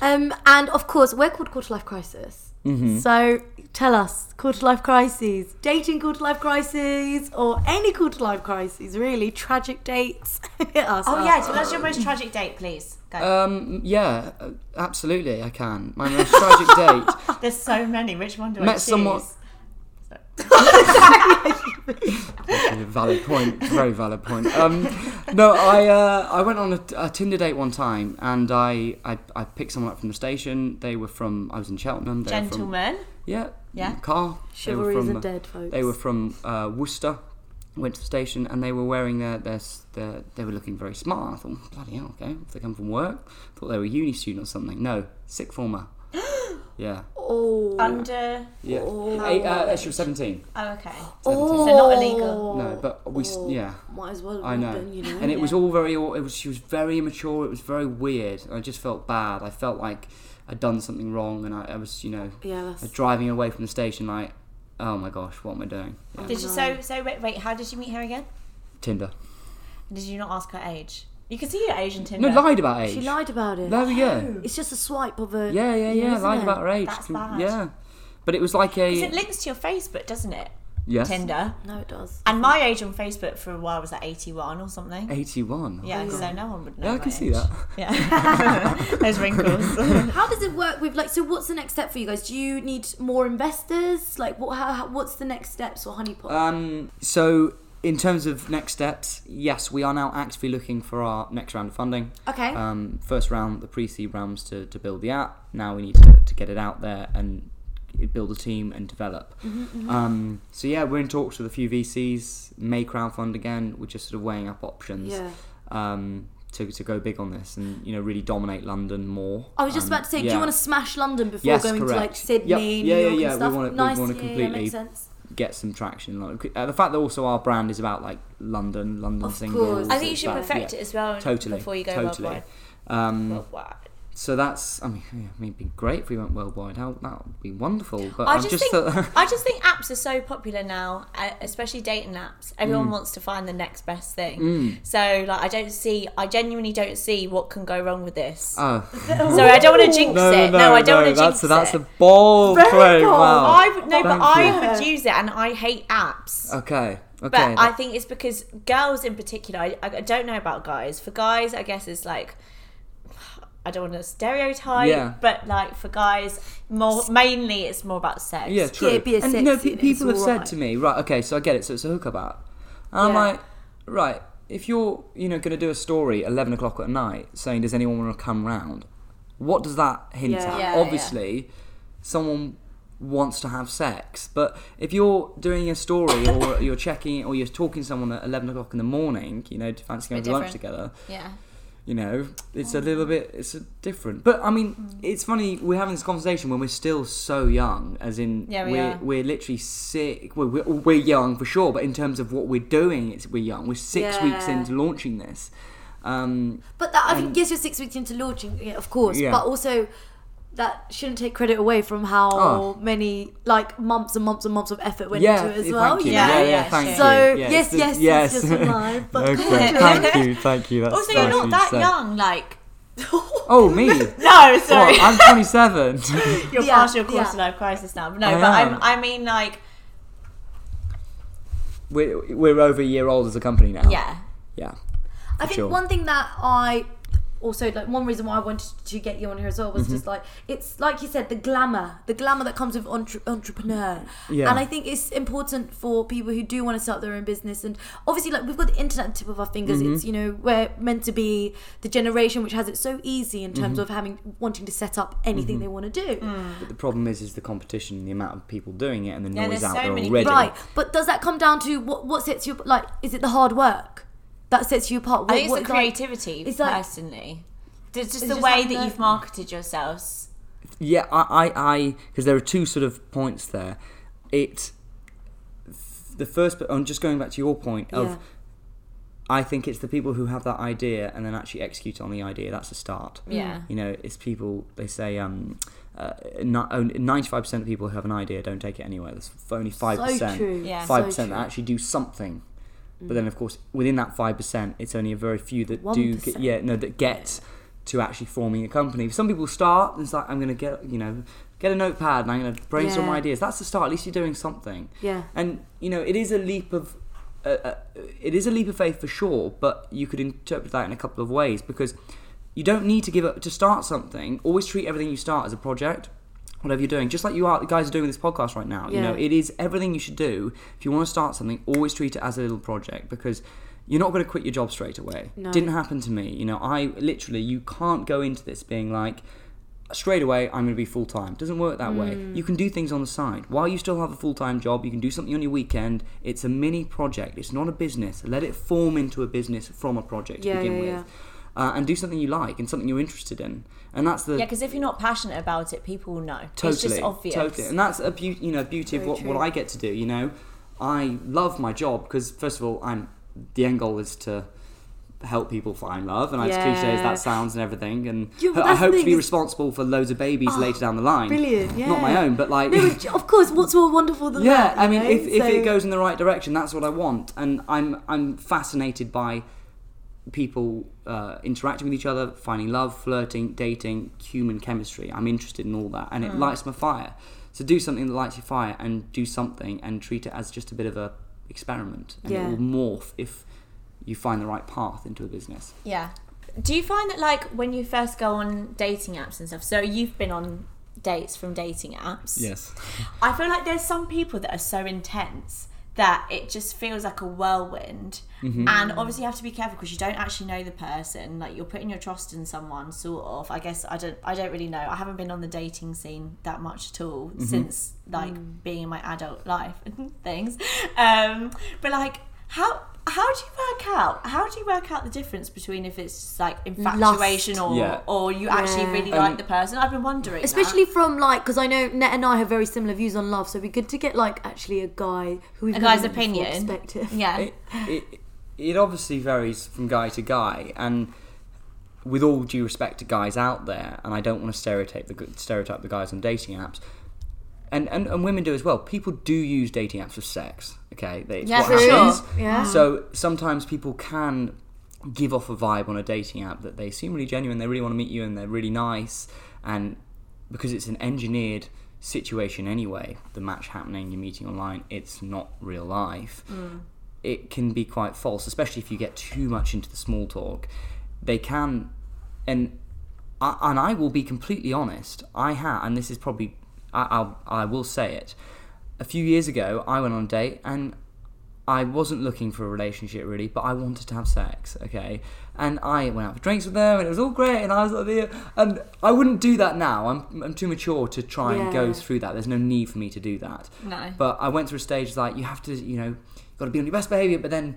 Um, and of course, we're called quarter life crisis.
Mm-hmm.
So tell us, quarter life crises, dating quarter life crises, or any quarter life crises, really tragic dates. Hit us
Oh
up.
yeah, so that's your most tragic date, please. Go.
Um, yeah, uh, absolutely, I can. My most tragic date.
There's so many. Which one do I
met
choose?
someone. Actually, a valid point. Very valid point. Um, no, I uh, I went on a, a Tinder date one time, and I, I I picked someone up from the station. They were from I was in Cheltenham. They were from-
Gentlemen.
yeah.
Yeah.
Car. They were
Chivalry's
from- uh,
are dead, folks.
They were from uh, Worcester. Went to the station and they were wearing their, their s- their they were looking very smart. I thought bloody hell, okay, if they come from work, thought they were uni student or something. No, sixth former. yeah.
Oh.
Under.
Yeah.
Oh.
Eight, uh, she was seventeen.
Oh, okay.
17.
So not illegal.
No, but we s- yeah.
Might as well.
I
have
know.
Been, you know.
And it was
Yeah.
all very. It was she was very immature. It was very weird. And I just felt bad. I felt like I'd done something wrong, and I, I was you know
yeah. That's,
driving away from the station like, oh my gosh, what am I doing? Yeah.
Did you so so wait, wait? How did you meet her again?
Tinder.
Did you not ask her age? You can see her age in
No,
Tinder.
lied about age.
she lied about it.
There we go.
It's just a swipe of a.
Yeah, yeah,
you know,
yeah.
isn't
Lied
it?
about her age.
That's
Com-
bad.
Yeah, but it was like a
'Cause it links to your Facebook, doesn't it?
yes,
Tinder.
No, it does.
And my age on Facebook for a while was like 81 or something.
eighty-one.
Yeah, so no one would know.
Oh Yeah, I
my
can see
age.
that.
Yeah. Those wrinkles.
How does it work with like? So, what's the next step for you guys? Do you need more investors? Like, what? How, how, what's the next steps for Honeypot?
Um, so in terms of next steps, yes, we are now actively looking for our next round of funding.
okay.
Um, first round, the pre-seed rounds to, to build the app. Now we need to, to get it out there and build a team and develop.
Mm-hmm,
Um, so yeah, we're in talks with a few VCs. May crowdfund again. We're just sort of weighing up options.
yeah.
um, to, to go big on this and you know really dominate London more.
I was just
Um,
about to say, do
yeah.
you want to smash London before
Yes,
going to like
correct.
Sydney,
Yep.
New
Yeah, yeah,
York,
yeah,
and
we
stuff?
wanna- we
nice,
wanna
yeah, yeah,
completely-
makes sense.
get some traction? in London. Uh, the fact that also our brand is about like London, London
Of
singles.
course.
I think you should perfect it as well
Totally.
before you go
totally.
worldwide.
Um,
Worldwide.
so that's I mean, yeah, I mean, it'd be great if we went worldwide. How that would be wonderful. But
I
I'm
just,
just
think
thought-
I just think apps are so popular now, uh, especially dating apps. Everyone
Mm.
wants to find the next best thing. So like, I don't see, I genuinely don't see what can go wrong with this.
oh.
Sorry, I don't want to jinx
No, no,
it.
no,
No, I don't want to
that's,
jinx
That's
it.
a bold
Very
claim.
bold.
Wow.
I would no, but
Thank you.
I would use it, and I hate apps.
Okay. Okay.
But I think it's because girls in particular, I, I don't know about guys. For guys, I guess it's like, I don't want to stereotype,
Yeah.
but like for guys, more mainly it's more about sex.
Yeah, true.
it'd be a
and
six
no,
and
pe-
it's
people have said
alright.
to me, right, okay, so I get it. So it's a hookup app. And I'm
Yeah.
like, right, if you're you know going to do a story eleven o'clock at night saying, does anyone want to come round? What does that hint
Yeah.
at?
Yeah, yeah.
Obviously, someone wants to have sex, but if you're doing a story or you're checking or you're talking to someone at eleven o'clock in the morning, you know, fancy going
bit
for
different.
lunch together,
yeah.
you know it's a little bit it's a different but i mean it's funny we're having this conversation when we're still so young as in
Yeah, we
are
are.
we're literally sick we're, we're, we're young for sure but in terms of what we're doing it's we're young we're six weeks
Yeah.
into launching this um
But that I think yes, you're six weeks into launching, yeah, of course.
Yeah.
But also, that shouldn't take credit away from how
Oh.
many like months and months and months of effort went
yeah
into it as
thank
well.
you.
you know?
Yeah,
yeah, yeah,
yeah,
thank
sure.
you
So
Yeah,
yes,
it's
yes,
just-
yes, it's just alive. But
okay thank you thank you that's
Also, you're
nicely
not that
said.
young. Like,
oh me
no, sorry,
What, Oh, i'm 27
you're
Yeah,
past your quarter
yeah.
life crisis now. But no,
I
but I'm,
am.
I mean, like,
we're, we're over a year old as a company now
yeah,
yeah
I think
sure.
one thing that I also like one reason why I wanted to get you on here as well was
Mm-hmm.
just like it's like you said the glamour, the glamour that comes with entre- entrepreneur.
Yeah.
And I think it's important for people who do want to start their own business and obviously like we've got the internet at the tip of our fingers.
Mm-hmm.
It's you know we're meant to be the generation which has it so easy in
Mm-hmm.
terms of having wanting to set up anything they want to do.
Mm-hmm.
But the problem is, is the competition, the amount of people doing it, and the
Yeah,
noise
there's
out
so
there
many
already.
people.
Right. But does that come down to what what sets you like is it the hard work that sets you
I
apart? What-
think it's
what-
the creativity
it's like-
personally. It's just the
just
way
having
that
the-
you've marketed yourselves.
Yeah, I, I, I, because there are two sort of points there. It, the first, but I'm just going back to your point
Yeah.
of, I think it's the people who have that idea and then actually execute on the idea. That's a start.
Yeah.
You know, it's people. They say, um, uh, ninety-five percent of people who have an idea don't take it anywhere. There's only five
So
percent.
true.
Yeah.
five
So
percent
true. Mm.
that actually do something. But then, of course, within that five percent, it's only a very few that do. Get,
1%.
yeah, no, that get to actually forming a company. Some people start. and It's like I'm going to get you know get a notepad and I'm going to brainstorm
Yeah.
ideas. That's the start. At least you're doing something.
Yeah.
And you know, it is a leap of. Uh, uh, it is a leap of faith for sure, but you could interpret that in a couple of ways because you don't need to give up to start something. Always treat everything you start as a project. whatever you're doing, just like you are, guys are doing with this podcast right now. You
Yeah.
know, it is everything you should do. If you want to start something, always treat it as a little project because you're not going to quit your job straight away.
No.
Didn't happen to me. You know, I literally, you can't go into this being like, straight away, I'm going to be full time. Doesn't work that
Hmm.
way. You can do things on the side. While you still have a full time job, you can do something on your weekend. It's a mini project, it's not a business. Let it form into a business from a project to
Yeah,
begin
yeah,
with.
yeah.
Uh, and do something you like and something you're interested in. And that's the
Yeah, because if you're not passionate about it, people will know.
totally,
it's just obvious.
Totally, and that's a beauty, you know, beauty of
Very
what, what
true.
I get to do. You know, I love my job because first of all, I'm the end goal is to help people find love, and as cliche as
Yeah.
that sounds and everything, and
Yeah, but
I
that's the
hope to
thing
be
is- Oh,
responsible for loads of babies later down the line.
Brilliant, yeah.
Mm. Not my own, but like.
No, but of course, what's more wonderful than
Yeah,
that?
I mean,
you know?
if, if
So-
it goes in the right direction, that's what I want, and I'm I'm fascinated by people uh, interacting with each other, finding love, flirting, dating, human chemistry. I'm interested in all that, and
Hmm.
it lights my fire. So do something that lights your fire, and do something, and treat it as just a bit of a experiment, and
Yeah.
it will morph if you find the right path into a business.
Yeah. Do you find that like when you first go on dating apps and stuff? So you've been on dates from dating apps.
Yes.
I feel like there's some people that are so intense that it just feels like a whirlwind.
Mm-hmm.
And obviously, you have to be careful because you don't actually know the person. Like you're putting your trust in someone, sort of. I guess I don't. I don't really know. I haven't been on the dating scene that much at all
Mm-hmm.
since like
Mm.
being in my adult life and things. Um, but like how. How do you work out? How do you work out the difference between if it's just like infatuation or
Yeah.
or you actually
Yeah.
really
Um,
like the person? I've been wondering. that.
Especially from like, because I know Net and I have very similar views on love, so it'd be good to get like actually a guy who we've
a
never
guy's
met before
opinion.
perspective.
Yeah.
it, it, it obviously varies from guy to guy, and with all due respect to guys out there, and I don't want to stereotype the gu- stereotype the guys on dating apps, and, and, and women do as well. People do use dating apps for sex. Okay, They- it's
Yeah,
what
for sure.
happens.
Yeah.
So sometimes people can give off a vibe on a dating app that they seem really genuine, they really want to meet you, and they're really nice, and because it's an engineered situation anyway, the match happening, you're meeting online, it's not real life.
Mm.
It can be quite false, especially if you get too much into the small talk. They can, and I, and I will be completely honest. I had, and this is probably, I, I'll, I will say it. A few years ago, I went on a date and I wasn't looking for a relationship really, but I wanted to have sex, okay? And I went out for drinks with them and it was all great and I was like, yeah, and I wouldn't do that now. I'm, I'm too mature to try and go
Yeah.
through that. There's no need for me to do that.
No.
But I went through a stage like, you have to, you know, got to be on your best behavior, but then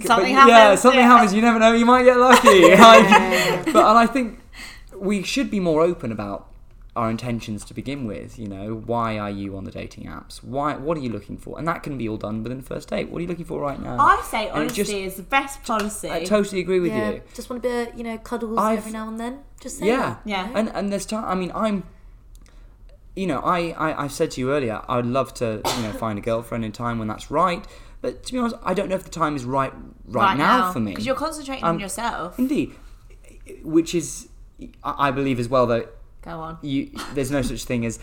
Something
but, Yeah,
happens,
something
yeah.
happens. You never know. You might get lucky. Like, but and I think we should be more open about our intentions to begin with. You know, why are you on the dating apps? Why? What are you looking for? And that can be all done within the first date. What are you looking for right now?
I say
And it
honesty
just-
is the best policy.
I totally agree with
yeah.
you.
Just want a bit, of, you know, cuddles
I've-
every now and then. Just say
Yeah,
that.
Yeah.
And and there's time. I mean, I'm. You know, I, I I said to you earlier, I would love to you know find a girlfriend in time when that's right. But to be honest, I don't know if the time is right right, now, for me.
Because you're concentrating
Um,
on yourself.
Indeed, which is, I I believe as well though.
Go on.
You, there's no such thing as,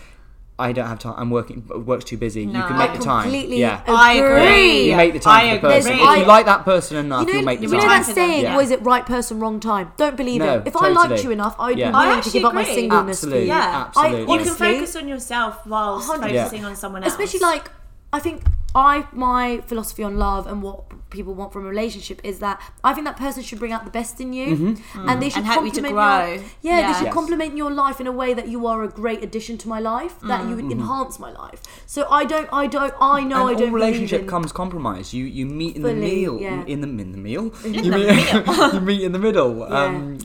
I don't have time. I'm working. Work's too busy. You can
No.
make
I
the time.
completely
Yeah,
agree.
I agree.
you make the time
I
for the person.
agree.
If you like that person enough,
You know,
will make the
you
we
know
time.
that
Yeah.
saying,
Yeah.
was it right person, wrong time? Don't believe
No,
it. If I
totally.
liked you enough, I'd
Yeah.
be
I
willing to
actually
give up my
agree.
singleness for
Absolutely,
you.
Yeah.
absolutely.
I
You can
honestly-
focus on yourself whilst
100%.
focusing on someone else.
especially like i think i my philosophy on love and what people want from a relationship is that i think that person should bring out the best in you and they should
Mm. And help you to
complement
grow.
your
Yeah.
yeah, they should
Mm-hmm. Yes.
complement your life in a way that you are a great addition to my life
Mm.
that you would enhance my life so i don't i don't i know
Mm-hmm. and
i
all
don't believe
relationship
in-
comes compromise. You you meet in the
Fully,
meal
yeah.
in the in the meal.
the
you, meet, you meet in the middle. Um,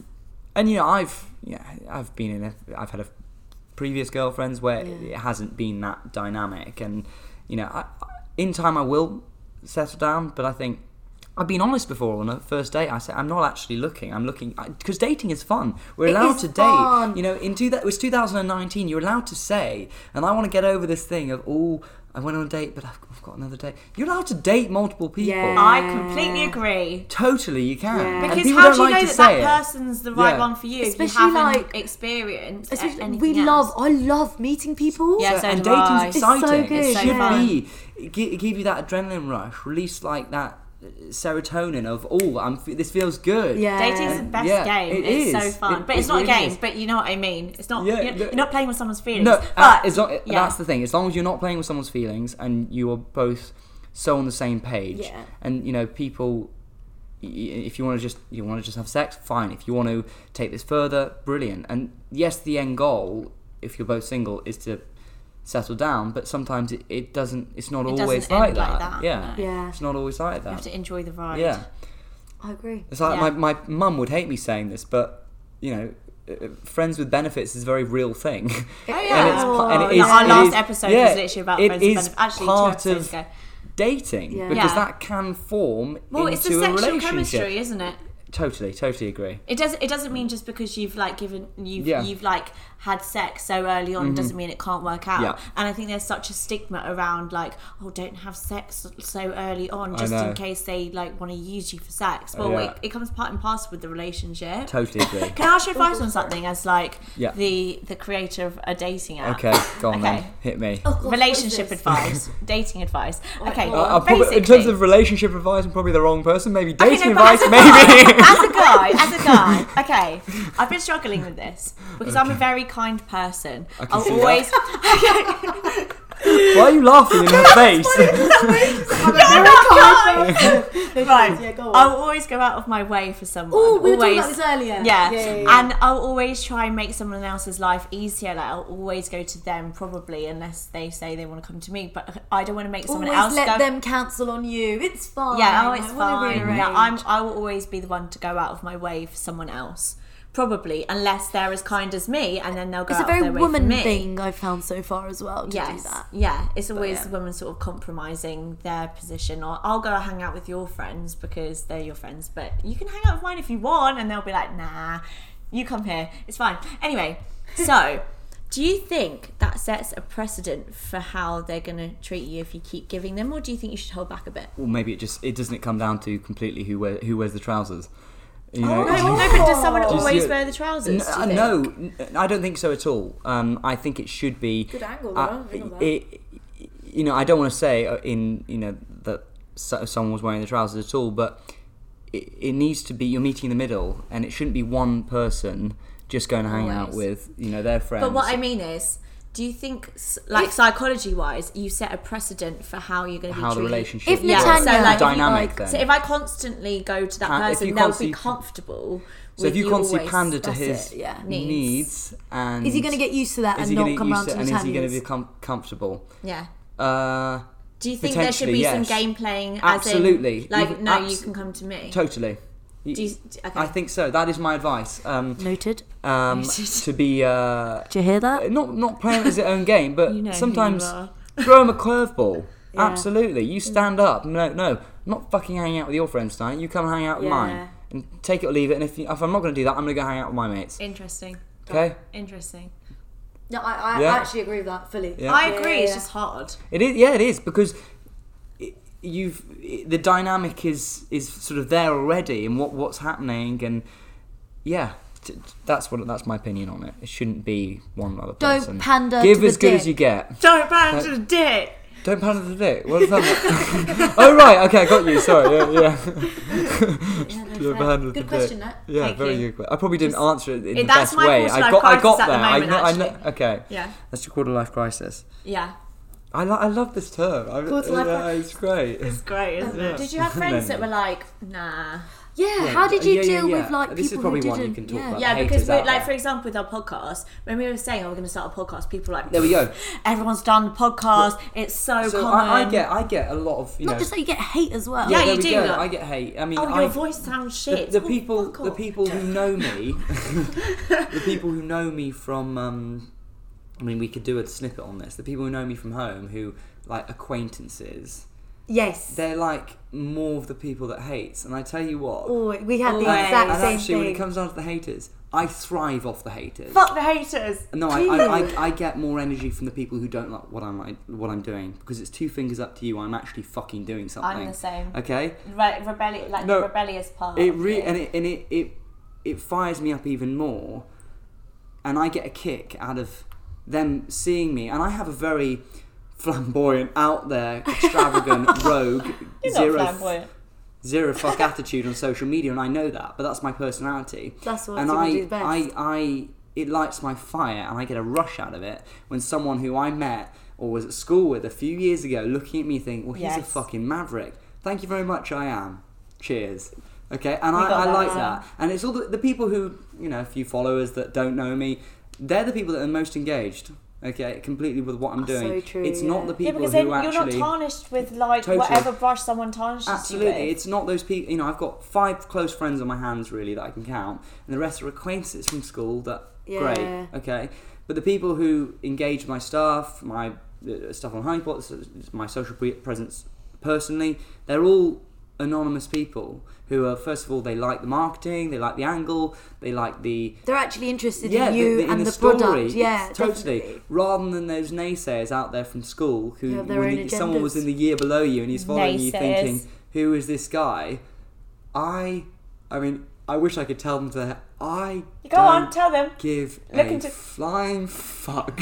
and you know I've yeah I've been in a I've had a previous girlfriends where
Yeah.
it hasn't been that dynamic, and you know I, in time I will settle down, but I think. I've been honest before on a first date. I said I'm not actually looking. I'm looking because dating is fun. We're
It
allowed
is
to date.
fun.
You know, in two, it was 2019. You're allowed to say, and I want to get over this thing of, oh, I went on a date, but I've, I've got another date. You're allowed to date multiple people.
Yeah.
I completely agree.
Totally, you can.
Yeah.
And
Because
people
how
don't
do you
like
know
to
that
say
that
it.
person's the right
Yeah.
one for you?
Especially,
if you haven't
like-
experienced.
Especially-
anything
we
else?
love i love meeting people
Yeah, so
and
do
dating's
I.
It's so
exciting.
good,
It should
yeah.
be. It gi- it give you that adrenaline rush, release like that serotonin of oh, I'm fe- this feels good.
Yeah.
Dating's the best
Yeah,
game.
it
it's so
is.
fun,
It-
but it's
it
not
really
a game.
is.
But you know what I mean. It's not.
Yeah,
you're,
the-
you're not playing with someone's feelings.
No, uh,
but
it's not,
yeah.
that's the thing. As long as you're not playing with someone's feelings and you are both so on the same page,
Yeah.
and you know people, y- y- if you want to just you want to just have sex, fine. If you want to take this further, brilliant. And yes, the end goal, if you're both single, is to settle down. But sometimes it, it doesn't. It's not
doesn't
always
end
like,
like
that.
that,
Yeah,
no.
Yeah.
it's not always like
you have
that.
to enjoy the ride.
Yeah,
I agree.
it's like
Yeah.
my my mum would hate me saying this, but you know. uh, Friends with benefits is a very real thing.
Oh yeah.
And it's pl- and it is-
our
it
last
is-
episode
yeah,
was literally about
it
friends and
is
benefits. Actually,
part
two episodes
of-
ago.
dating
Yeah.
because
Yeah.
that can form
Well,
into
it's the
a
sexual
relationship.
chemistry, isn't it?
Totally, totally agree.
It doesn't. It doesn't mean just because you've like given you've
Yeah. Mm-hmm.
you've like had sex so early on doesn't mean it can't work out.
Yeah.
And I think there's such a stigma around like oh don't have sex so early on
I
just
know.
in case they like want to use you for sex. Well,
Yeah.
it, it comes part and parcel with the relationship.
Totally agree.
Can I ask your advice on something as like
Yeah.
the the creator of a dating app?
okay, go on then,
Okay.
hit me.
Oh, God, what is
Relationship
this?
advice, dating advice. Okay,
well,
I- I probably- in terms
basically-
of relationship advice, I'm probably the wrong person. Maybe
Okay, no,
dating
but
advice,
as a
maybe.
guy- as a guy, as a guy, okay. I've been struggling with this because I'm a very kind person. I
can
will
see that.
always.
Why are you laughing in my face?
right.
Yeah, go on.
I'll always go out of my way for someone.
Oh, we were
always.
talking about this earlier.
yeah.
yeah, yeah.
and I'll always try and make someone else's life easier. Like I'll always go to them, probably, unless they say they want to come to me. But I don't want to make someone
always
else
let
go.
them cancel on you. It's fine.
yeah, oh, it's
I wanna
fine.
rearrange.
Yeah, I'm. I will always be the one to go out of my way for someone else, probably, unless they're as kind as me, and then they'll go
It's
out
a
of
very
their way for
woman
me.
thing I've found so far as well to
Yes.
do that.
Yeah. It's always
yeah.
the women sort of compromising their position, or I'll go hang out with your friends because they're your friends, but you can hang out with mine if you want, and they'll be like, nah, you come here, it's fine. Anyway, so. Do you think that sets a precedent for how they're going to treat you if you keep giving them, or do you think you should hold back a bit?
well, maybe it just it doesn't come down to completely who wear, who wears the trousers. You
No,
know,
Oh, no, but does someone
Just
always
oh, you-
wear the trousers? do you
N-
think?
uh, no, n- I don't think so at all. Um, I think it should be
Good angle, though. I
Uh,
didn't think of that.
it, you know, I don't want to say uh, in you know that so- someone was wearing the trousers at all, but it, it needs to be you're meeting in the middle, and it shouldn't be one person just going to hang out
Always.
with you know their friends.
But what I mean is, do you think, s- like psychology wise, you set a precedent for how you're going to be
how the
treated?
relationship
If
Yeah,
Netanya,
so, like, if you
dynamic
like-
then.
So if I constantly go to that
Pan- if
person,
you
they'll
constantly-
be comfortable.
So if
with
you constantly
always-
pander to
that's
his
it, yeah.
Needs.
needs, and
Is he going to get used to that
is
and
he
not
gonna
come
use
round
it,
to
and is he going to
Natanya's?
become comfortable?
yeah.
Uh,
Do you think there should be some
Potentially, yes.
game playing? As
Absolutely.
in, like,
Even
no,
abs-
you can come to me.
totally.
Do you, okay.
I think so. That is my advice. Um,
Noted.
um, to be uh,
Did you hear that?
not not playing as their own game, but
know who
sometimes
you are.
throw them a curveball. Absolutely, you stand up. No, no, I'm not fucking hanging out with your friends tonight. You come hang out with mine, and take it or leave it. And if, you, if I'm not going to do that, I'm going to go hang out with my mates.
Interesting.
Okay,
Interesting.
No, I, I
Yeah.
actually agree with that fully.
Yeah.
I agree.
yeah,
It's
yeah.
just hard.
it is. Yeah, it is because it, you've it, the dynamic is is sort of there already, and what what's happening, and yeah. t- t- That's what. That's my opinion on it. It shouldn't be one other
Don't
person.
pander
Give
to
as
the
good
dick.
as you get.
Don't ban to the dick.
Don't pound the dick. What is that? oh right, okay, I got you. Sorry, yeah, yeah.
Yeah, no,
You're
fair.
behind with
Good
the dick.
question, Nat.
yeah
Thank
very
you.
good. que- I probably didn't answer it in
Yeah,
the
that's
best
my
way.
quarter
I
life
got, I
crisis
got
at
there.
the
I
moment,
know, I know.
actually.
Okay,
Yeah.
that's your quarter life crisis.
Yeah.
I, lo- I love this term. I,
Quarter life
yeah, it's great.
It's great, isn't
Yeah.
it? Did you have friends that were like, nah?
Yeah, how did you
Yeah, yeah,
deal
yeah.
with like
This is
people
probably
who
one you
didn't?
can talk
yeah.
about.
Yeah,
haters
because we
out
like
there.
for example with our podcast, when we were saying oh, we're going to start a podcast, people were like
There we go.
Everyone's done the podcast. it's so,
So
common.
I, I get, I get a lot of you
Not
know.
just that you get hate as well.
Yeah,
there
you
we
do,
go.
look.
I get hate. I mean,
Oh, your
I,
voice sounds
the,
shit.
the
Oh,
people
fuck
the
off.
people who know me the people who know me from um, I mean we could do a snippet on this the people who know me from home who like acquaintances
Yes.
they're like more of the people that hates and I tell you what
Oh, we had the
Always.
exact
and
same
actually when it
thing.
comes down to the haters I thrive off the haters
Fuck the haters.
no I, I, I, I get more energy from the people who don't like what I'm like, what I'm doing because it's two fingers up to you I'm actually fucking doing something
I'm the same. Oh,
okay
Re- rebelli- like
No.
the rebellious part.
it
of
re- and it and it, it it fires me up even more and i get a kick out of them seeing me and i have a very flamboyant out there extravagant rogue
You're not
zero
flamboyant.
zero fuck attitude on social media, and I know that, but that's my personality.
That's what
and
you
I,
do best.
I, I, it lights my fire, and I get a rush out of it when someone who I met or was at school with a few years ago looking at me thinking, "Well, he's a
Yes.
fucking maverick." Thank you very much. I am. Cheers. Okay, and
We
I,
got
I
that
like
one.
that. And it's all the, the people who, you know, a few followers that don't know me, they're the people that are most engaged, okay, completely with what I'm
That's
doing.
so true,
it's not
yeah.
the
yeah,
people
because
who
then you're
actually.
not tarnished with like
Totally.
whatever brush someone tarnishes you
Absolutely,
with.
it's not those people. You know, I've got five close friends on my hands really that I can count, and the rest are acquaintances from school. That
Yeah.
great, okay. But the people who engage with my stuff, my uh, stuff on Honeypot, my social pre- presence personally, they're all anonymous people who are first of all they like the marketing, they like the angle, they like the
They're actually interested
yeah,
in
the-
you
the- in
and
the,
the,
story.
product. Yeah,
It's totally.
definitely.
Rather than those naysayers out there from school who,
Who have their
when
own
you- someone was
agendas.
in the year below you and he's following you,
Naysayers.
thinking, "Who is this guy?" I, I mean, I wish I could tell them to. I
Go
don't
on, tell them.
give
Look
a
into-
flying fuck.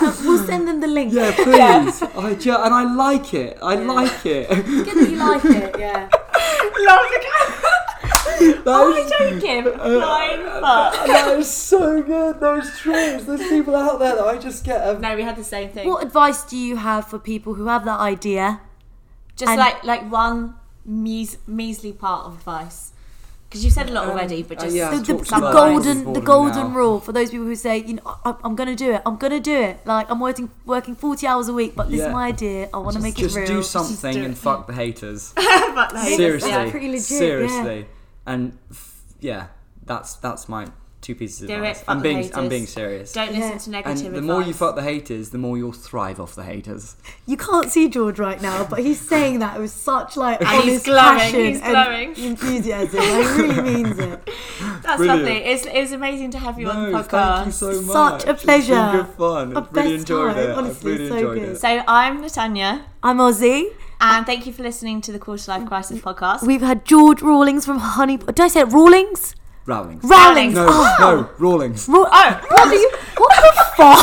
We'll send them the link.
yeah, please. I ju- and I like it. I like it.
Good that you like it. Yeah.
Love the cat.
Those-
I don't give a flying fuck.
that is so good. Those trolls. There's people out there that I just get a
No, we had the same thing.
What advice do you have for people who have that idea?
Just
And-
like like one meas- measly part of advice. Because you said a lot
Um,
already, but
uh,
just
yeah.
The,
I've
the,
talked
the
about
this
golden, the
boredom
golden
now.
rule for those people who say, you know, I, I'm going to do it. I'm going to do it. Like I'm working, working 40 hours a week, but this
Yeah.
is my idea. I want to make
just
it real.
do something
do it.
and fuck the haters.
But like-
seriously,
that's pretty legit, yeah.
seriously, and f- yeah, that's that's my two pieces of
Do
advice.
it, fuck
I'm
the
being I'm
haters.
being serious.
Don't
Yeah.
listen to
and
negative
the
advice.
more you fuck the haters, the more you'll thrive off the haters.
You can't see George right now, but he's saying that with such like
And he's
honest
glowing,
passion
he's
and
glowing.
enthusiasm. Like, he really means it.
That's
Brilliant.
lovely. It's, it's amazing to have you on the
no,
podcast.
thank you so much.
Such a pleasure.
It's been good fun.
A
I've really
best
enjoyed
time,
it.
honestly,
I've really
so
enjoyed
good.
it.
So I'm Natanya,
I'm Aussie.
and thank you for listening to the Course Life Crisis podcast.
We've had George Rawlings from Honey. Did I say it? Rawlings?
Rowlings.
Rawlings.
no,
Oh,
no, Rawlings.
Raw-
Oh.
what, are you, what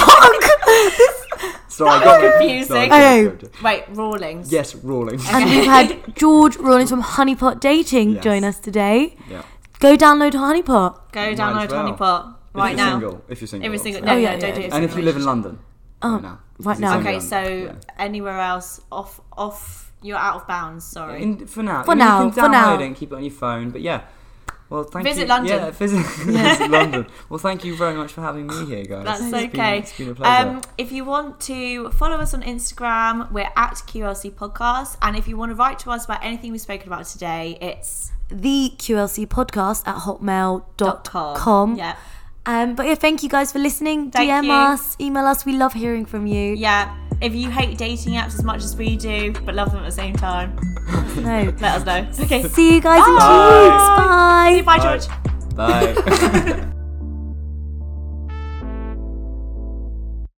the fuck? This-
Sorry, I
was
got it.
confusing.
Sorry, I got it.
Wait, Rawlings.
Yes, Rawlings.
and we've had George Rawlings from Honeypot Dating
Yes.
join us today.
Yeah.
Go download Honeypot.
Go
as
download
well.
Honey Pot right
if you're
now.
Single, if you're single.
Every single.
obviously.
No,
Oh,
yeah,
yeah,
don't do
yeah.
it.
And if you live in London.
Oh,
right now.
right
It's
now.
only
Okay,
London.
so
Yeah.
anywhere else, off, off, you're out of bounds. Sorry.
In, for now.
For
I mean,
now,
You can
for
download
now.
it and keep it on your phone. But yeah. Well, thank
Visit
you.
London.
Yeah, visit, visit London. Well, thank you very much for having me here, guys.
That's
It's been-
okay.
it's been a pleasure.
Um, if you want to follow us on Instagram, we're at QLC Podcast. And if you want to write to us about anything we've spoken about today, it's
The QLC podcast at hotmail.com.
.com. Yeah.
Um, but yeah, thank you guys for listening.
Thank
DM
you.
us, email us. We love hearing from you.
Yeah. If you hate dating apps as much as we do, but love them at the same time,
No.
let us know. Okay.
See you guys in two
Bye.
weeks. Bye.
Bye, George.
Bye.